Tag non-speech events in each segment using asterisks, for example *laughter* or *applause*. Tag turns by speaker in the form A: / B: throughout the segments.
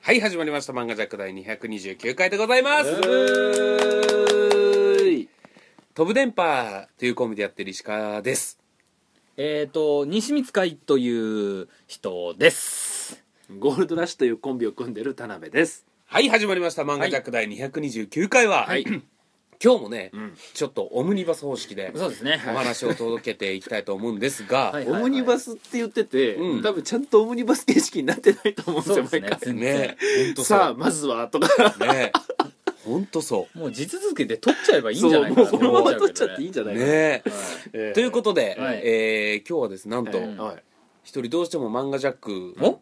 A: はい、始まりました。漫画ジャック第229回でございます。飛ぶ電波というコンビでやってる石川です。
B: えっ、と西光海という人です
C: ゴールドラッシュというコンビを組んでる田辺です。
A: はい、始まりました。漫画ジャック第229回は、
B: はい
A: *clears throat* 今日もね、ちょっとオムニバス方式で
B: そうですね
A: お話を届けていきたいと思うんですが、
B: はい
C: オムニバスって言ってて、
A: うん
C: 多分ちゃんとオムニバス形式になってないと思うんです
B: そう
C: よ、
B: ですね
C: 毎回。
B: 全
A: ね
B: 然、
A: 本当
C: さ
A: そ
C: あ、まずは、とか。
A: う。ね、本当そ
B: もう地続きで取っちゃえばいいんじゃ
C: そう、
B: ない
C: も
B: か
C: う
B: な
C: このまま取っちゃっていいん
B: い
C: じゃ
A: う。
C: ないかな。
A: ね、
C: ええ
A: ということで、
B: はい
A: えー今日はですね、なんと、
C: ええはい
A: 一人どうしても漫画ジャック
B: お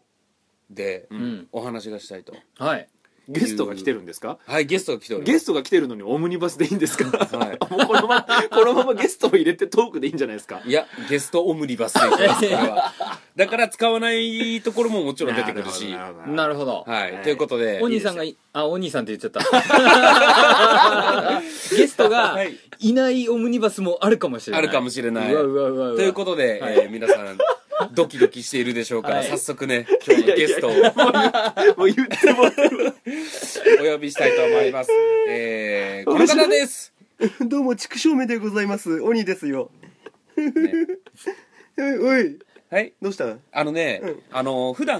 A: で
B: うん
A: お話がしたいと。
B: はい
C: ゲストが来てるんですか
A: はい、ゲストが来ております。
C: ゲストが来てるのにオムニバスでいいんですか、 *laughs*
A: は
C: もうこのまま、このままゲストを入れてトークでいいんじゃないですか
A: いやゲストオムニバスでいきますこれはだから使わないところももちろん出てくるし
C: なほどな
B: な
C: る
B: るほど、
A: はい、
C: はい
A: ということで
B: お兄さんがいあお兄さんって言っちゃった *laughs* ゲストが
A: はい
B: いないオムニバスもあるかもしれない
A: あるかもしれないう
B: わうわうわうわ
A: ということで、えー皆さんドキドキしているでしょうから、
B: はい
A: 早速ね今日のゲストを
C: ほど。もう言ってもらってる
A: お呼びしたいと思います、えー、この方です、
D: どうも、畜生目でございます。鬼ですよ。
A: ね
D: えおい、
A: はい
D: どうした
A: あのね、
D: うん
A: あの普段、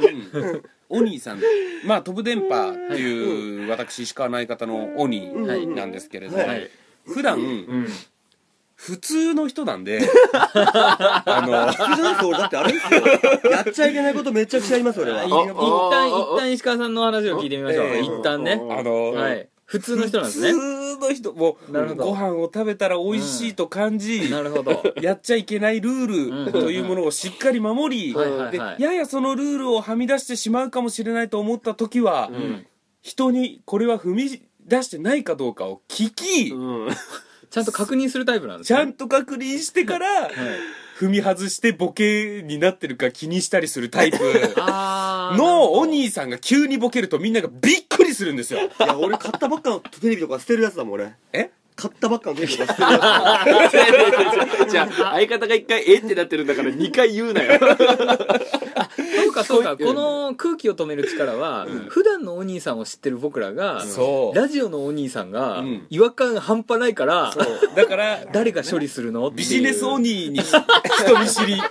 A: オニーさんまあ飛ぶ電波っていう、私しかない方のオニーなんですけれども、
D: はい
B: はい
A: 普段、
B: うん
A: 普通の人なんであの
D: 普通なんですよ俺だってあれですよ。やっちゃいけないことめちゃくちゃあります、俺
B: あ
D: は。
B: い一
C: あ
B: 旦
C: ああ
B: 一旦石川さんの話を聞いてみましょう、
A: ええ
B: 一旦ね、
A: あの、
B: はい、普通の人なんですね
A: 普通の人もう
B: なるほど
A: ご飯を食べたら美味しいと感じ、
B: なるほど
A: やっちゃいけないルール
B: うん
A: というものをしっかり守り、
B: はいはい
A: で
B: はい
A: ややそのルールをはみ出してしまうかもしれないと思った時は、
B: うん
A: 人にこれは踏み出してないかどうかを聞き、
C: うん。
B: ちゃんと確認するタイプなんです
A: ち
B: ね
A: ゃんと確認してから
B: はい
A: 踏み外してボケになってるか気にしたりするタイプ
B: あー
A: のお兄さんが急にボケるとみんながびっくりするんですよ。
D: いや、俺買ったばっかのテレビとか捨てるやつだもん、俺。
A: え
D: 買ったばっかのテレビとか捨てるやつ。
C: じゃあ、相方が一回、えってなってるんだから二回言うなよ。
B: そうかそうかこの空気を止める力は、普段のお兄さんを知ってる僕らが、
A: そう
B: ラジオのお兄さんが、
A: うん
B: 違和感半端ないから
A: だから
B: 誰が処理するのってい
A: ビ
B: う
A: ジネスオニー *laughs* に人見知り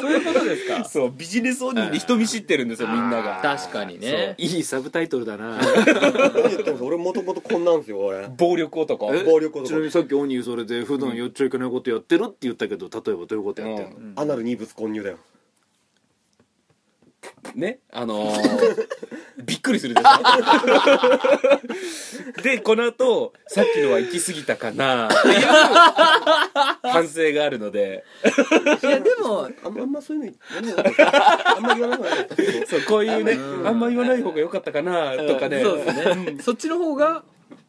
B: そういうことですか
A: そうビジネスオニーに人見知ってるんですよみんなが
B: 確かにね
C: いいサブタイトルだな。
D: 何言ってんですか俺もともとこんなんですよ、俺。
A: 暴力男
C: え
D: 暴力男
C: ちなみにさっきオニーそれで普段やっちゃいけないことやってるって言ったけど例えばどういうことやってるの、
A: う
D: アナル二物混入だよ。
A: ねあの *laughs* ーびっくりするでしょでこの後さっきのは行き過ぎたかなっていう反省があるので
B: いやでも
D: あんまあんまそういうの言わなかった、あんま言わなかったですけど。
A: そうこういうね
B: うん
A: あんま言わない方が良かったかなとかね
B: そうですねそっちの方が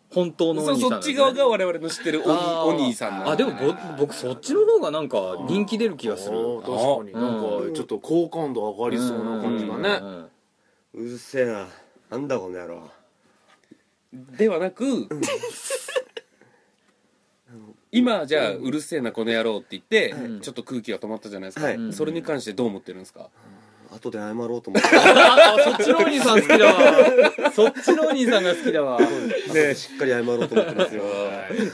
B: 本当のお
A: そ
B: 兄
A: う
B: さん
A: そ
B: なん
A: っ
B: ですね、
A: ち側が我々の知ってるおに
B: あー
A: お兄さんな
B: あでもご僕そっちの方がなんか人気出る気がする
C: あー確かになんかちょっと好感度上がりそうな感じがね、
B: ね
D: うるせえな。なんだこの野郎。
A: ではなく *laughs* 今じゃあ「うるせえなこの野郎」って言って、
B: ん
A: ちょっと空気が止まったじゃないですか、
D: はい
A: それに関してどう思ってるんですか、
D: 後で謝ろうと思って。
B: ああそっちのお兄さん好きだわそっちのお兄さんが好きだわ
D: 後でしっかり謝ろうと思ってますよ。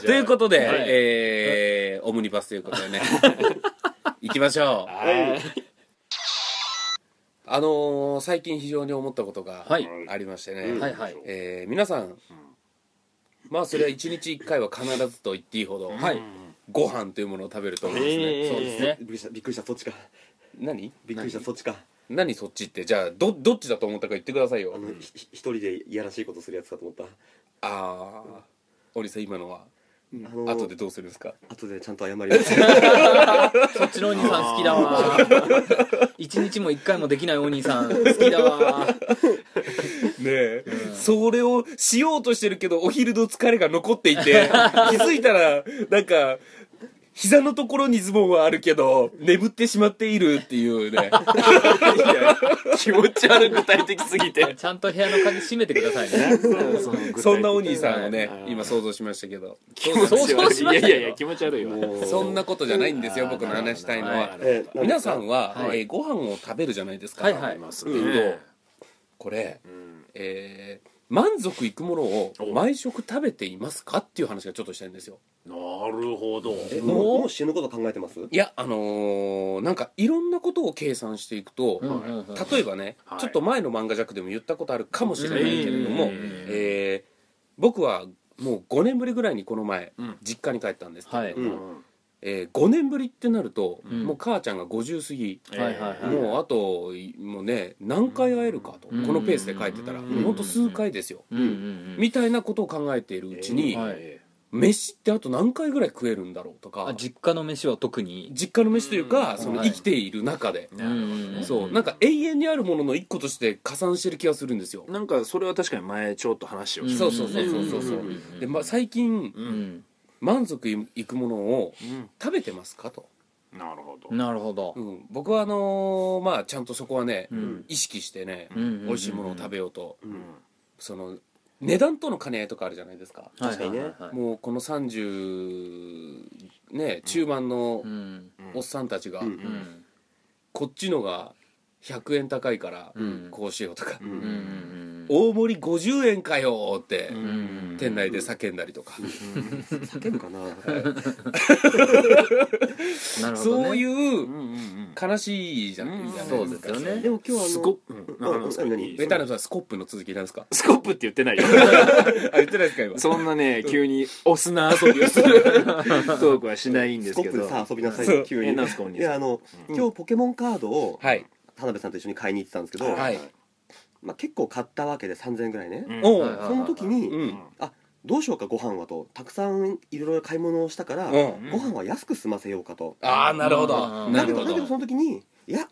A: ということで、
B: はい
A: えーオムニバスということでね行きましょう
C: はい
A: あのー最近非常に思ったことが
B: はい
A: ありましてね、
B: はいはい
A: えー皆さん、まあそれは1日1回は必ずと言っていいほど、
B: はい
A: ご飯というものを食べると思うんですね、
C: えー
B: そうですね
D: びっくりした、びっくりした、そっちか。
A: 何
D: びっくりした、そっちか。
A: 何そっちってじゃあどどっちだと思ったか言ってくださいよ
D: あの、ひひ一人でいやらしいことするやつかと思った。
A: ああ織さん今のは
D: あの
A: 後でどうするんですか
D: 後でちゃんと謝ります
A: *laughs*
B: そっちのお兄さん好きだわ一日も一回もできないお兄さん好きだ
A: *laughs*
B: わ
A: ねえ、それをしようとしてるけどお昼の疲れが残ってい *laughs* て気づいたらなんか膝のところにズボンはあるけど眠ってしまっているっていう *laughs* ね
C: 気持ち悪い具体的すぎて
B: ちゃんと部屋の鍵閉めてくださいね
A: そんなお兄さんをね
C: はい
A: 今想像しましたけど
B: 想像しましたよ
C: いやいやいや気持ち悪いよ
A: そんなことじゃないんですよ僕の話したいのは
D: えーなんか
A: 皆さんは、
B: はい
A: えーご飯を食べるじゃないですか、
B: はいは
C: あ
B: い
C: ります
A: うん
C: ね
A: これ、
C: うん
A: えー満足いくものを毎食食べていますかっていう話がちょっとしたいんですよ
C: なるほど
D: え
A: も
D: も
A: う
D: うもう死ぬこと考えてます
A: いやあのーなんかいろんなことを計算していくと、
B: うんうんうん
A: 例えばね、
C: はい
A: ちょっと前の漫画弱でも言ったことあるかもしれないけれども、
B: うん
C: うん
A: えー僕はもう5年ぶりぐらいにこの前、
C: うん
A: 実家に帰ったんですけど、
B: はい、
D: うん
A: え5年ぶりってなると、
B: うん
A: もう母ちゃんが50過ぎ、
B: はいはいはい
A: もうあといもうね何回会えるかと、
B: うん
A: このペースで帰ってたら、
C: うん
A: もうほんと数回ですよ、
B: うんうんうん
A: みたいなことを考えているうちに、
B: えーはい
A: 飯ってあと何回ぐらい食えるんだろうとか
B: あ実家の飯は特に
A: 実家の飯というか、
C: うん
A: その
B: はい
A: 生きている中で、
C: なるほどね
A: そうなんか永遠にあるものの一個として加算してる気がするんですよ、
C: なんかそれは確かに前ちょっと話を
B: ん
C: し
A: そうそうそうそうそうそう
B: うんうんうんうん
A: で、まあ、最近
C: た、う
B: うんん
A: 満足いくものを食べてますかと、
C: なるほど
B: なるほど
A: うん、僕はあのーまあちゃんとそこはね、
B: うん
A: 意識してね、
B: うんうんうん
A: 美味しいものを食べようと、
C: うん
A: その値段との兼ね合いとかあるじゃないですか、
B: はい
D: 確かにね
B: はいはいはい
A: もうこの30ね中盤の
B: うん
A: おっさんたちが、
D: うん
B: うん
A: こっちのが100円高いから、
B: うん
A: こうしようとか、
B: うんうん
A: 大盛り50円かよーって、
B: うんうん
A: 店内で叫んだりとか、
D: 叫ぶかな
B: なるほどね
A: そういう
C: うん
A: 悲しいじゃないですか、
B: そうですよね
D: でも今日はあの
C: すご
D: うんうん何
A: ベタなさんスコップの続きなんですか
C: スコップって言ってないよ
A: あ言ってないですか今
C: そんなね急に押すな遊びをするトークはしないんで
D: ス
C: す
D: コ
C: け
D: ップ
C: ど
D: でさ遊びなさ
A: そ
D: いう急
C: え
D: に
C: なんすかお兄
D: い
C: さん
D: やあの
A: うん
D: 今日ポケモンカードを
A: はい
D: 田辺さんと一緒に買いに行ってたんですけど
A: はい
D: まあ結構買ったわけで3000円ぐらいね
C: うん
A: おう
B: はいはいはい
D: その時に
A: うん
D: どうしようかご飯はとたくさんいろいろ買い物をしたから
A: う
D: ご
A: ん
D: 飯は安く済ませようかと
A: ああなるほ
B: う
A: ど
B: ん
A: な
D: だけ
A: るほ
D: どだけどそ
A: ど
D: の時にいや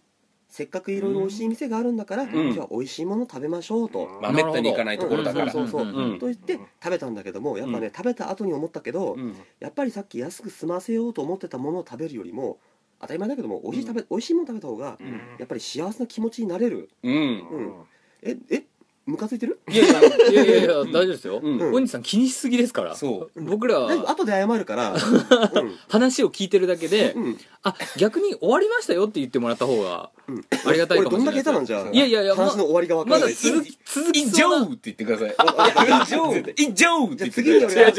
D: せっかくいろいろ美味しい店があるんだから
A: ん
D: 今日は美味しいもの食べましょうと
A: まあめったに行かないところだから
D: そうそうそう
A: う
D: そ
A: ん
D: うと言って食べたんだけどもやっぱ
A: う
D: ね食べた後に思ったけど
A: うん
D: やっぱりさっき安く済ませようと思ってたものを食べるよりも当たり前だけども美味しい食べ、美味しいもの食べた方が
C: うん
D: やっぱり幸せな気持ちになれる
A: うん
D: うんええムカついてる
B: いやいやいやいやいや大丈夫ですよ
A: うん
D: うん
B: お兄さん気にしすぎですから
A: そう
B: 僕ら
D: 大丈夫後で謝る
A: *laughs*
D: から、う
B: 話を聞いてるだけで
D: んうん、
B: あ逆に終わりましたよって言ってもらった方が
D: うん
B: ありがたいかも
D: 俺
B: し
D: ど
B: れないです
D: んだけ下手なんじゃ
B: いやいやいやま
D: 話の終わりが分か
B: ま
D: らな
B: だ
D: い
B: 続き続
A: 以
B: き
A: 上
B: そうな
A: って言ってください以上以上って言っ
D: じゃあ
A: て
D: 次
A: く
D: に
A: だ
D: 俺は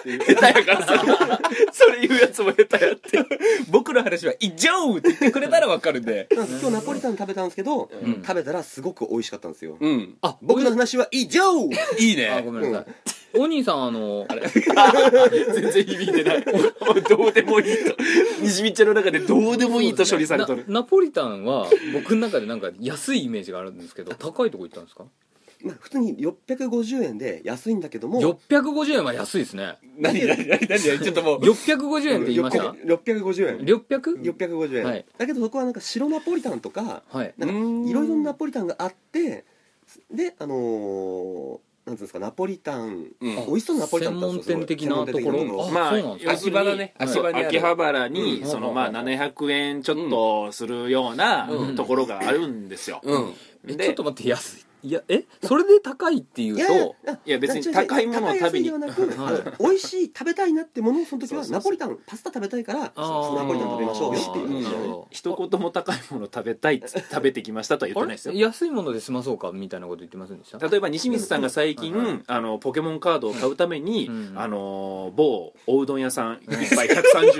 C: 下手やからさそれ言うやつも下手やって
A: さい僕の話は以上って言ってくれたらわかるんで
D: なんか今日ナポリタン食べたんですけど、
B: ん
D: 食べたらすごく美味しかったんですよ、
A: うん
B: あ
D: 僕の話は以上
A: いい
B: あ
A: ね
B: ごめんなさいお兄さんあの
C: 全然響いてないもうどうでもいいとにじみちゃんの中でどうでもいいと処理されとる、
B: なナポリタンは僕の中でなんか安いイメージがあるんですけど高いとこ行ったんですか
D: まあ普通に650円で安いんだけども
B: 650円は安いですね
A: 何何何何ちょっともう
B: 650円って言いました
D: 650円
B: 600?
D: 650円、
B: はい
D: だけどそこはなんか白ナポリタンとか
B: はい
D: なんかいろいろなナポリタンがあってであのーなんていうんですかナポリタン、
A: うん
D: 美味しそうなナポリタン
B: 専
D: だったん
B: 門
D: ですよ
B: 店的なとこ
D: 専門店的な
B: ろ
C: まあ
B: そうなんですか
A: 秋葉だね
B: はい
A: 秋葉にある
C: 秋葉原に、
B: うん
C: その
B: うん
C: まあ700円ちょっとするような
B: うん
C: ところがあるんですよ、
A: うん
B: え
C: で
B: ちょっと待って安いいやえそれで高いっていう
D: い
B: と
D: やいや
C: いや別に高いものを食べに
D: 高い安いではなくあの美味しい食べたいなってものをその時はナポリタンパスタ食べたいから
B: あー
D: ナポリタン食べましょうよっていう
A: うん
B: なるほど
C: 一言も高いもの食べたいっつ食べてきましたとは言ってないです
B: あ
C: よ
B: れ安いもので済まそうかみたいなこと言ってませんでした
C: 例えば西水さんが最近、
B: うんはい
C: あのポケモンカードを買うために、
B: うん
C: あの某おうどん屋さん一杯130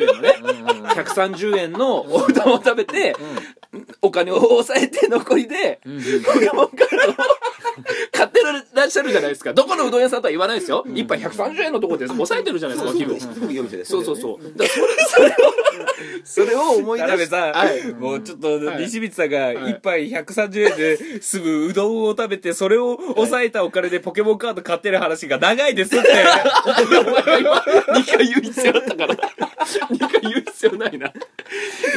C: 円のね
B: うんうんうん
C: 130円のおうどんを食べて、お金を抑えて残りで、
B: うんうん
C: ポケモンカードを買ってらっしゃるじゃないですか。どこのうどん屋さんとは言わないですよ。一杯130円のところで抑えてるじゃないですか、気分。
D: すごくいいお店です
C: そ
D: よ
C: う
D: ね
C: そうそう。だからそれ、それを、それを思い
A: 田
C: 出
A: 辺
C: し
A: さん、
C: て。はい
A: もうちょっと
C: はい
A: 西光さんが一杯130円で済むうどんを食べてそれを抑えたお金でポケモンカード買ってる話が長いですって *laughs*
C: *laughs* 2回言う必要あったから。2回言う必要ないな。い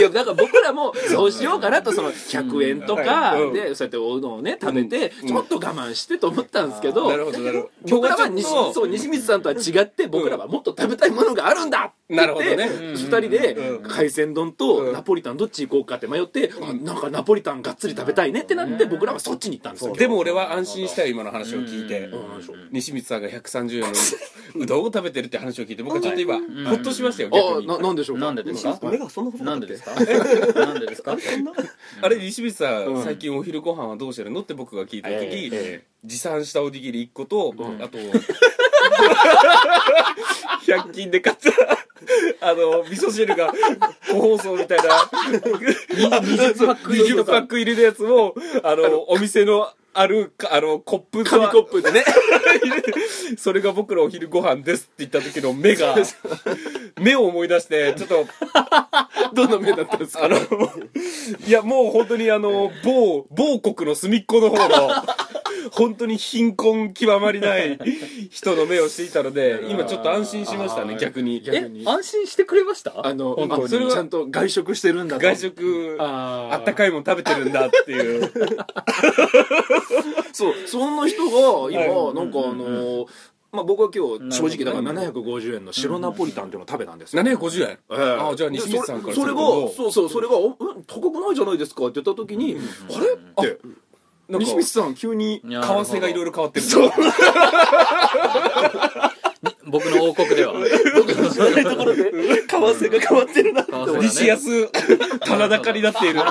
C: や、だから僕らもそうしようかなと、その100円とか
A: うん
C: で、そうやっておうどんをね、食べて、ちょっと我慢してと思ったんですけど、
A: なるほどなるほど
C: 僕らは西
A: 今日はちょ
C: そう西光さんとは違って僕らはもっと食べたいものがあるんだって
A: なる
C: 言っ
A: ほ
C: て
A: どね
C: 2人で
A: うん
C: 海鮮丼
A: うん
C: とナポリタンどっち行こうかって迷ってあなんかナポリタンがっつり食べたいねってなって僕らはそっちに行ったんです
A: っと
C: よ
A: でも俺は安心したよ今の話を聞いて
B: うん
C: うん
A: 西光さんが130円のうどんを食べてるって話を聞いて僕はちょっと今
B: ん
A: ほっとしましたよ
C: あ
A: 逆に
C: ななんでしょうか
B: なんででですか
D: 目がそんな細か
B: な
D: っ
B: ん
D: た
B: で
D: っ
B: です
D: け
B: かなんでですか
D: あれそんな
A: *laughs* あれ西口さん、
C: うん
A: 最近お昼ご飯はどうしてるのって僕が聞いた時、
C: えええ
A: 持参したおにぎり1個と、
C: うん
A: あ
C: *laughs*
A: と100均で買った *laughs* あの味噌汁が個包装みたいな20
B: パック入りとか
A: パック入りのやつをあのお店のあるかあのコップ
C: 紙コッ
A: と
C: プでね
A: それが僕のお昼ご飯ですって言った時の目が目を思い出してちょっと
C: どの目だったんですか
A: あの、いや、もう本当にあの、某、某国の隅っこの方の、本当に貧困極まりない人の目をしていたので、今ちょっと安心しましたね、
C: あー
A: 逆に。
C: 逆
B: え安心してくれました
C: あの
A: 本当に
C: あそれはちゃんと外食してるんだと
A: 外食、
C: あー
A: あったかいもん食べてるんだっていう。
C: そうそんな人が今、
A: は
C: なんかあのーまあ、僕は今日正直だから750円の白ナポリタンっていうのを食べたんですよ、
A: 750円
C: ええ
A: ああじゃあ西光さんから
C: でそれそれ
A: すると
C: がそうそうそれが「おうん高くないじゃないですか」って言った時に「あれ?」って
A: なん
C: 西
A: か
C: 光、さん急に
B: い
A: 為
B: や
A: 替がいろいろ変わってる。
B: 僕の王国では
D: 知らないところで為替が変わってるな
B: そうだね
A: 西安、棚高になっている。
C: 「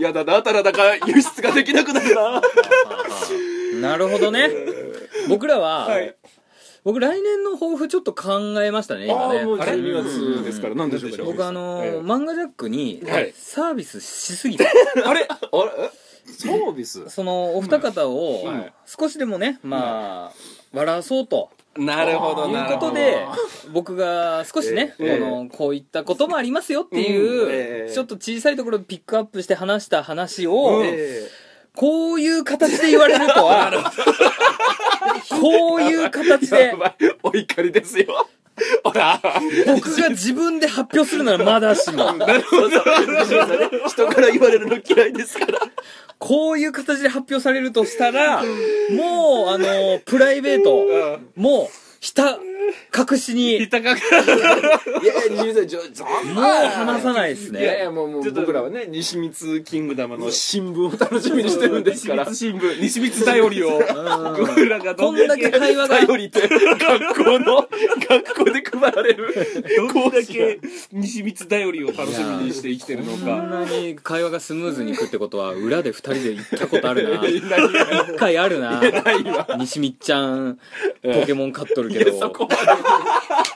C: やだなたらだか輸出ができなくなるな」
B: なるほどね僕らは、
A: はい
B: 僕来年の抱負ちょっと考えましたね今ね
C: ああもう
A: あれ
C: 12月ですから何でしょうか
B: 僕あのー
A: ええ
B: 漫画ジャックに
A: はい
B: サービスしすぎて、
A: あれ
C: あれえサービス
B: そのお二方を
A: はい
B: 少しでもねまあ、笑わそうと
A: なるほ
B: と
A: ど、
B: い
A: なる
B: うこ
A: ほ
B: と
A: ど。
B: で僕が少しね、
C: ええ
B: このこういったこともありますよっていう、
D: うんええ
B: ちょっと小さいところでピックアップして話した話を、
A: うん
D: え
B: こういう形で言われるとはこういう形で
C: やばいお怒りですよほら
B: 僕が自分で発表するならまだしも
D: え人から言われるの嫌いですから
B: こういう形で発表されるとしたらもうあのプライベート
A: うん
B: もうひた隠しに
A: 高く
C: いやいや西光さんちょちょ
B: もう話さないです
C: いやい
B: ね
C: やもうもう僕らはね西光キングダムの新聞を楽しみにしてるんです *laughs* から
A: 西光新聞、西光頼りを、僕らが
B: こ
A: どん
B: んだ
A: だけ
B: け会話が
C: 頼りって学校の学校で配られる
A: どんだけ西光頼りを楽しみにして生きてるの
B: こん
A: か
B: なに会話がスムーズにいくってことは裏で2人で行ったことあるな
C: 何が
B: 一回あるな
C: ないわ
B: 西みっちゃんポケモン買っとる
C: い
B: け
C: やそ
B: ど
C: こまで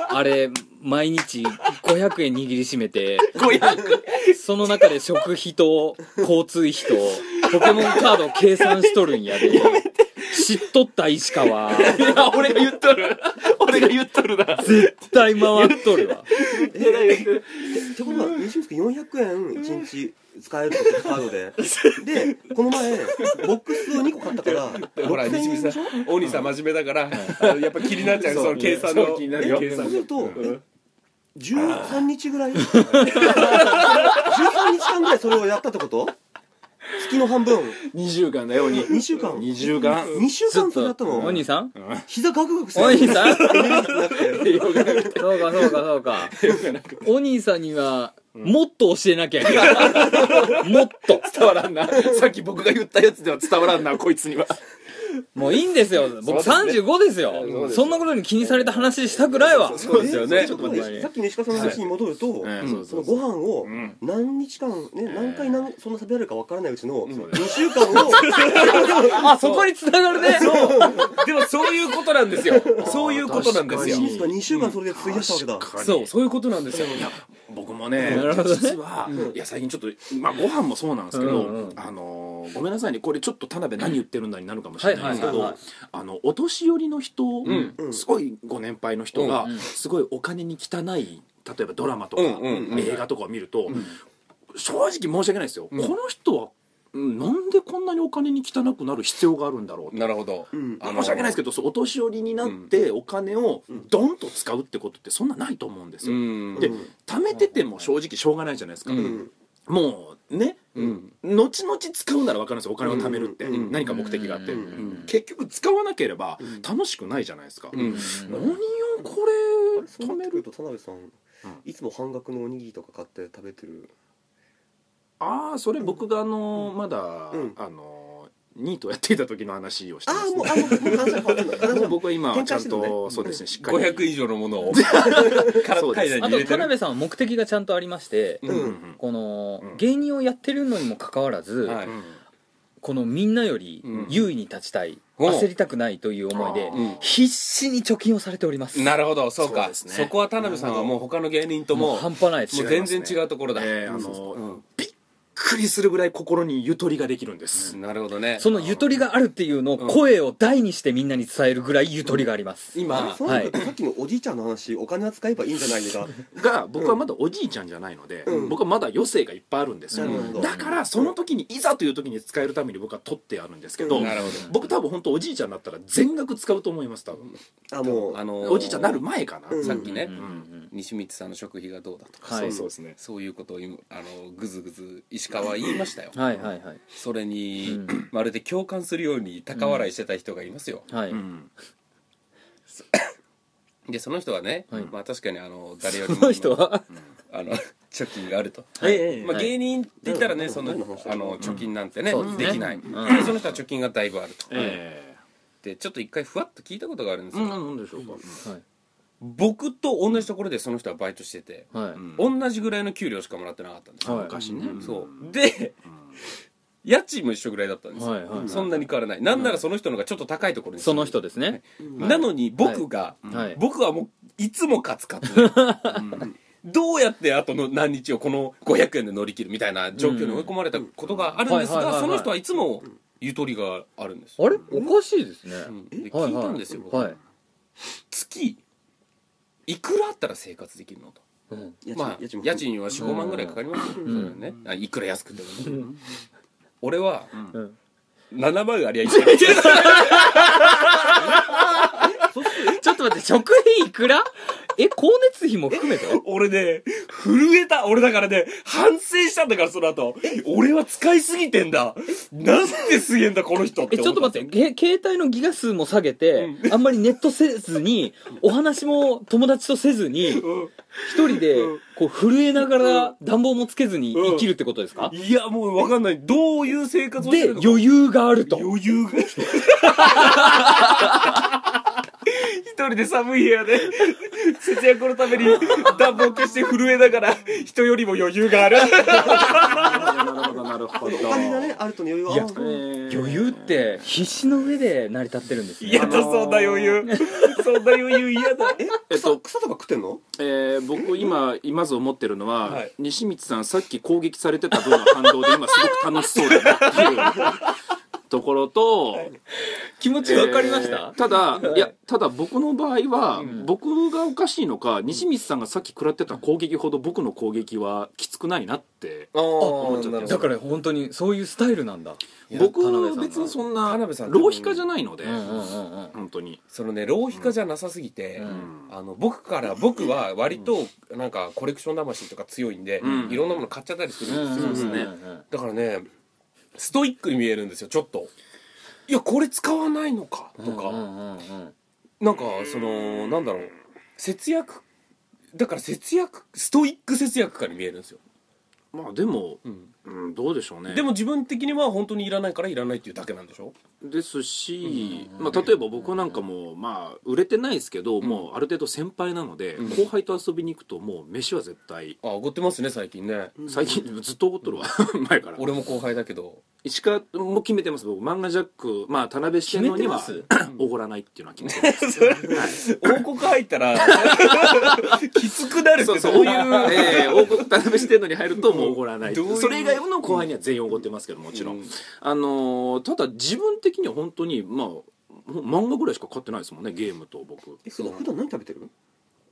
B: あれ毎日500円握りしめて
C: 500
B: その中で食費と交通費とポケモンカードを計算しとるんやで知っとった石川
C: いや俺が言っとる俺が言っとるな
B: 絶対回っとるわ
D: ってことは西光君400円1日使えるとカードででこの前ボックスを2個買ったから
A: ほら
D: 6000
A: 西光
D: 円でし
A: さ
D: ょ
A: ん大西さん真面目だからあのやっぱ気になっちゃう
C: そう
A: その計算の
C: そう気になるよ
A: 計
D: そう
A: 算
D: すると
A: うん
D: 13日ぐらい *laughs* 13日間ぐらいそれをやったってこと月の半分
C: 20巻だよに
D: 2週間
C: 二週間
D: 2週
B: ずっ
D: 間それやった
B: と
D: の
B: お兄さん
D: 膝ガクガクして
B: お兄さん
D: エネルギーなくて
B: そうかそうかそうかお兄さんにはもっと教えなきゃいけ
A: *laughs*
B: ないもっと
C: 伝わらんなさっき僕が言ったやつでは伝わらんなこいつには
B: もういいんですよ僕35ですよ
C: う
B: そ
C: です
B: んなことに気にされた話したくないわ
A: そうですよね
D: ちょっと待ってさっきの石川さんの話に戻ると、
C: はいうんそう
D: そ
C: そ
D: の
C: うそ
D: ご飯を
A: ん
D: 何日間、ね、何回何そんな食べられるかわからないうちの
C: ん
D: 2週間を
B: あそこに繋がるね
A: でもそういうことなんですよそういうことなんですよ
D: 西光が2週間それで費やしたわけだ、
A: そうそういうことなんですよ
C: 僕もね
B: なるほどね
C: 実は、いや最近ちょっと、まあ、ご飯もそうなんですけど、
B: うんうん
C: あのーごめんなさいねこれちょっと田辺何言ってるんだになるかもしれないですけ
B: はいはい
C: ど
B: はい
C: あのお年寄りの人、
A: ん
C: すごいご年配の人が、
A: うん
C: すごいお金に汚い例えばドラマとか、
A: うんうんうん
C: 映画とかを見ると、正直申し訳ないですよ、この人はうんなんでこんなにお金に汚くなる必要があるんだろうって
A: なるほど
D: うん
A: あの
C: 申し訳ないですけどそうお年寄りになってお金をドンと使うってことってそんなないと思うんです
A: う
C: よ、
A: ん
C: で貯めてても正直しょうがないじゃないですか、
A: うん
D: うん
C: もうね、
A: うん
C: 後々使うなら分かるんですよお金を貯めるって、
D: うんうん
C: 何か目的があって、
B: うん
C: 結局使わなければ楽しくないじゃないですか、
A: うん
C: 何をこれ
D: あれそ
C: 貯
D: うなって
C: め
D: くる
C: る
D: と田辺さん、いつも半額のおにぎりとか買って食べてる
C: ああそれ僕があのーまだ、
D: うん
C: あのーニートをやっていた時の話をして
D: あ
C: ます *laughs*
D: あ、もう、
C: ね
D: あもう、話は変わってんの *laughs* 話
C: も
D: は
C: う僕は今は
D: 展
C: ちゃ
D: 開
C: ん
D: してるのね
C: とそうですねしっかり
A: 500以上のものを
C: そう
A: 体内
C: です
A: に
B: あ
A: 入
B: と
A: れて
B: 田
A: る
B: 辺さんは目的がちゃんとありまして、
C: うんうん
B: この、
C: うん
B: 芸人をやってるのにもかかわらず、
A: はい
C: うん
B: このみんなより
A: うん
B: 優位に立ちたい、
A: お
B: 焦りたくないという思いで、
C: あー
A: うん
B: 必死に貯金をされております
A: なるほどそうか
C: そう
A: そ
C: ですね
A: こは田辺さんはもう他の芸人と
B: もう
A: もも
B: 半端ないです
A: う全然違うところだ、
C: えーあ
A: う
C: の
A: ん
C: びっくりするぐらい心にゆとりができるんです
A: なるほどね
B: そのゆとりがあるっていうのを声を大にしてみんなに伝えるぐらいゆとりがあります、
A: 今
D: そういうことさっきのおじいちゃんの話、お金は使えばいいんじゃないですか。
C: が僕はまだおじいちゃんじゃないので
D: うん
C: 僕はまだ余生がいっぱいあるんですよ
D: なるほど
C: だからその時にいざという時に使えるために僕は取ってあるんですけど
D: うん
A: なるほど
C: 僕多分本当おじいちゃんになったら全額使うと思います多分
D: あ、もう、
A: あのー
C: おじいちゃんになる前かな
D: うん
A: さっきね、
B: うんうん
A: 西光さんの食費がどうだとか、
B: はい
C: そうですね
A: そういうことを今あのぐずぐず石川言いましたよ、
B: はいはいはい
A: それ
B: う
A: に、
B: ん
A: まるで共感するように高笑いしてた人がいますよ、
B: はい、
C: うん
A: でその人はね、
B: はい
A: まあ、確かにあの誰よりも
B: その人は
A: あの貯金があると、
D: ええ
A: まあ、
B: はい
A: 芸人って言ったらね、
D: うん
A: その
D: うん
A: あの貯金なんてね、
B: そうですね
A: できない、
B: うん
A: でその人は貯金がだいぶあると、
C: え
A: でちょっと一回ふわっと聞いたことがあるんです
C: え
A: よ、
C: なんでしょうか
B: はい
A: 僕と同じところでその人はバイトしてて、
B: はい、
A: 同じぐらいの給料しかもらってなかったんですよ、
B: はい
C: 昔ね
B: うん
A: そうで家賃も一緒ぐらいだったんですよ、
B: はいはいはい
A: そんなに変わらないなんならその人のがちょっと高いところに
B: その人ですね、
D: うん
A: なのに僕が、
B: はい
A: 僕はもういつもカツカツでどうやってあとの何日をこの500円で乗り切るみたいな状況に追い込まれたことがあるんです
B: うんはいはいはいは
A: が
B: い
A: その人はいつもゆとりがあるんですよ
B: あれおかしいですね、
A: うんで
B: は
A: 聞いたんですよ、僕
B: はい、はい
A: 月いくらあったら生活できるのと
B: うん
D: 家賃
A: まあ
D: 家賃も
A: 家賃は45万ぐらいかかりますよ、
B: うん
A: それはねあいくら安くても、俺は
B: うん
A: 7万ありゃいいじゃない
B: ちょっと待って食費いくらえ光熱費も含めて
A: 俺ね、震えた。俺だからね、反省したんだから、その後。俺は使いすぎてんだ。なんてすげえんだ、この人って。
B: えちょっと待っててげ携帯のギガ数も下げて、あんまりネットせずにお話も友達とせずに
A: うん
B: 一人でこう震えながら暖房もつけずに生きるってことですか、
A: いや、もうわかんない。どういう生活をして
B: で
A: るのか。
B: 余裕があると
A: 余裕が。一人で寒い部屋で、節約のために暖房消して震えながら、人よりも余裕がある。
C: *laughs* なるほどなるほ *laughs* ど
D: お金がね、あるとの余裕は。
B: いや
D: あー
B: 余裕って必死の上で成り立ってるんですね
A: 嫌だ、そんな余裕。そんな余裕嫌だ。
D: え
C: えっ
D: 草
C: と
D: 草とか食ってんの
C: えー僕今まず思ってるのは、
A: はい
C: 西光さんさっき攻撃されてた分の反動で今すごく楽しそうだなっていうところと、
B: 気持ち分かりました
C: えー、ただ、い、やただ僕の場合は、
B: ん
C: 僕がおかしいのか西光さんがさっき食らってた攻撃ほど僕の攻撃はきつくないなって
A: あ
B: 思
A: っちゃった
B: だから本当にそういうスタイルなんだ
A: いや
C: 僕
B: 田辺さん
C: は
B: が
C: 別にそんな
A: 田辺さん
C: 浪費家じゃないので、
B: うんうんうんうん
C: 本当に、
A: そのね浪費家じゃなさすぎて、
B: うん
A: あの僕から僕は割となんかコレクション魂とか強いんで、
C: うん
A: いろんなもの買っちゃったりするんですよ、
C: うんうんうん
A: だからねストイックに見えるんですよちょっといやこれ使わないのかとか、
B: うんうんうん
A: なんかそのなんだろう節約だから節約ストイック節約家に見えるんですよ、
C: まあでも、
A: うん
C: うん、どうでしょうね
A: でも自分的には本当にいらないからいらないっていうだけなんでしょ
C: ですし、まあ、例えば僕なんかも、まあ、売れてないですけど、もうある程度先輩なので、
A: うん
C: 後輩と遊びに行くともう飯は絶対
A: あおごってますね最近ね
C: 最近ずっと怒っとるわ *laughs* 前から
A: 俺も後輩だけど
C: 石川も決めてます僕漫画ジャック、まあ、田辺四天王には
B: 決め
C: おごらないっていうのは決めてます
A: 王国入ったら *laughs* きつくなるって
C: そうそう
A: どう
C: いう、
A: *laughs* いう
C: えー王国田辺四天王に入るともうおごらない
A: どういう
C: それ以外の後輩には全員おごってますけどもちろん、
A: うん
C: あのーただ自分的には本当にまあ漫画ぐらいしか買ってないですもんねゲームと僕
D: え、普段普段何食べてる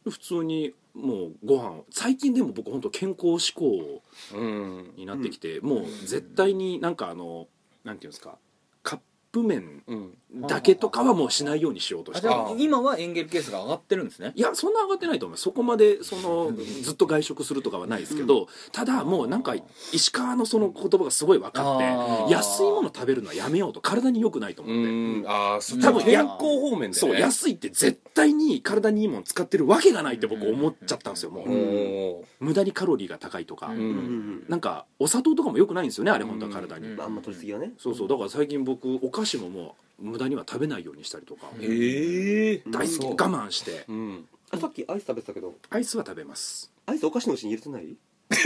C: 普通にもうご飯を最近でも僕本当健康志向
A: うん
C: になってきて、もう絶対になんかあのなんていうんですかカップ麺
A: うん
C: だけとかはもうしないようにしようと
B: あ
C: し
B: じ
C: て
B: ゃあ
A: あ
B: 今はエンゲル係数が上がってるんですね
C: いやそんな上がってないと思うそこまでそのずっと外食するとかはないですけど、ただもうなんか石川のその言葉がすごい分か
B: あ
C: っ
B: ー
C: て安いもの食べるのはやめようと体に良くないと思って、
A: うんああそ
B: うん
A: 多分健康方面でね
C: そう安いって絶対に体にいいもの使ってるわけがないって僕思っちゃったんですよもう、
A: おー
C: 無駄にカロリーが高いとか、
B: う
A: うん
D: うんうん
C: なんかお砂糖とかも良くないんですよねあれ本当は体に、
B: うん
D: まああんま取りすぎはね
C: そうそうだから最近僕お菓子ももう無駄には食べないようにしたりとか、
B: うん
A: ええ
C: 大
A: そう
C: 好き我慢して
A: うん
D: あさっきアイス食べてたけど
C: アイスは食べます
D: アイスお菓子のうちに入れてない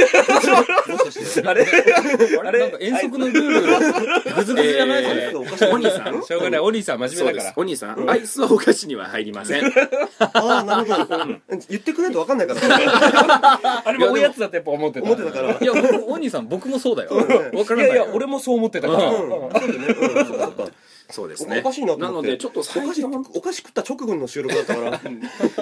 A: もしかしてあれ
B: あれなんか遠足のルールグズグズじゃないそ
D: アイス
B: れ
D: お菓子のうち
C: お兄
D: に
C: さん
A: しょうがないお兄さん真
C: そう
A: 面
C: で
A: 目
C: す
A: だか
C: お兄さん、アイスはお菓子には入りません
D: ああなるほど言ってくれないと分かんないから
A: らあれもおやつだってやっぱ思ってた
D: 思ってたから
B: いや僕お兄さん僕もそうだよ
D: そうだよね
B: わからないい
A: やいや俺もそう思ってたから
D: うんそうだよねうんそうかそうか
C: そうですね
D: おかしいなと思って
C: なのでちょっと
D: お
C: 最
D: 菓子
C: 近
D: お菓子食った直後の収録だったから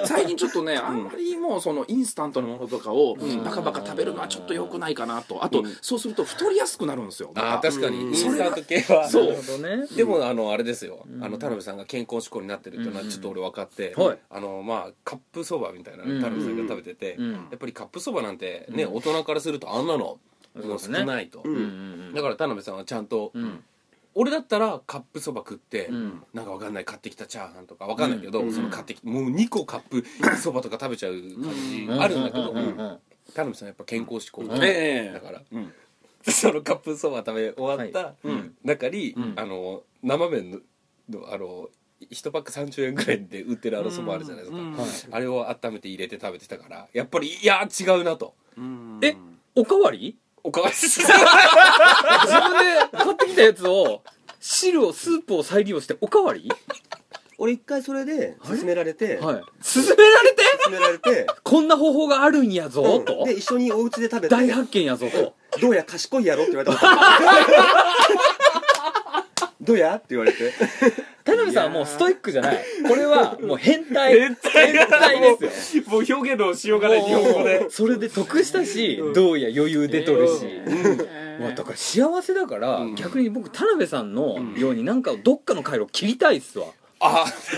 C: 最近ちょっとねあんまりもうそのインスタントのものとかを
B: ん
C: バカバカ食べるのはちょっと良くないかなとあと、
A: うん
C: そうすると太りやすくなるんですよ
A: ああ確かにイ
D: うん
A: ンスタント系は
C: そ
B: な
C: う
B: るほどね
A: でもあのあれですよ、
B: うん
A: あの田辺さんが健康志向になってるっていうのは
B: うん
A: ちょっと俺分かって、
B: はい
A: あのまあカップそばみたいな
B: うん
A: の田辺さんが食べてて、
B: うん
A: やっぱりカップそばなんてね、
B: うん
A: 大人からするとあんなの
B: そう
A: も
B: で
A: う
B: す
A: 少
B: ね
A: ないと、
D: うん
B: うん
A: だから田辺さんはちゃんと、
B: うん
A: 俺だったらカップそば食って、
B: うん
A: なんかわかんない買ってきたチャーハンとかわかんないけど、
D: うん
A: その買ってきもう2個カップそばとか食べちゃう感じあるんだけど、
B: ううん
A: 田辺さんやっぱ健康志向、
B: うん
C: ええ
A: だから、
C: うん
A: そのカップそば食べ終わった
B: うん
A: 中に、
B: うん
A: あの生麺ののあの1パック30円ぐらいで売ってるあのそばあるじゃないですか、
C: うん
B: はい
A: あれを温めて入れて食べてたからやっぱりいや違うなと
D: うん
B: えおかわり
A: おかわりし
B: 自分で買ってきたやつを汁をスープを再利用しておかわり
D: 俺一回それで勧められ
B: はい
D: て
B: 勧められて
D: 勧められて
B: こんな方法があるんやぞ
D: うん
B: と
D: で一緒にお家で食べ
B: 大
D: て
B: 発見やぞと
D: どうや賢いやろって言われ *laughs* たどうやって言われて
B: 田辺さんはもうストイックじゃないこれはもう変態変態です
A: *laughs* もう表現のしようが
B: よ
A: ない日本語 *laughs*
B: も
A: で
B: うそれで得したしどうや余裕出とるし、まあ、だから幸せだから、
A: うん
B: 逆に僕田辺さんのようになんかどっかの回路切りたいっすわ
A: あ
B: *laughs*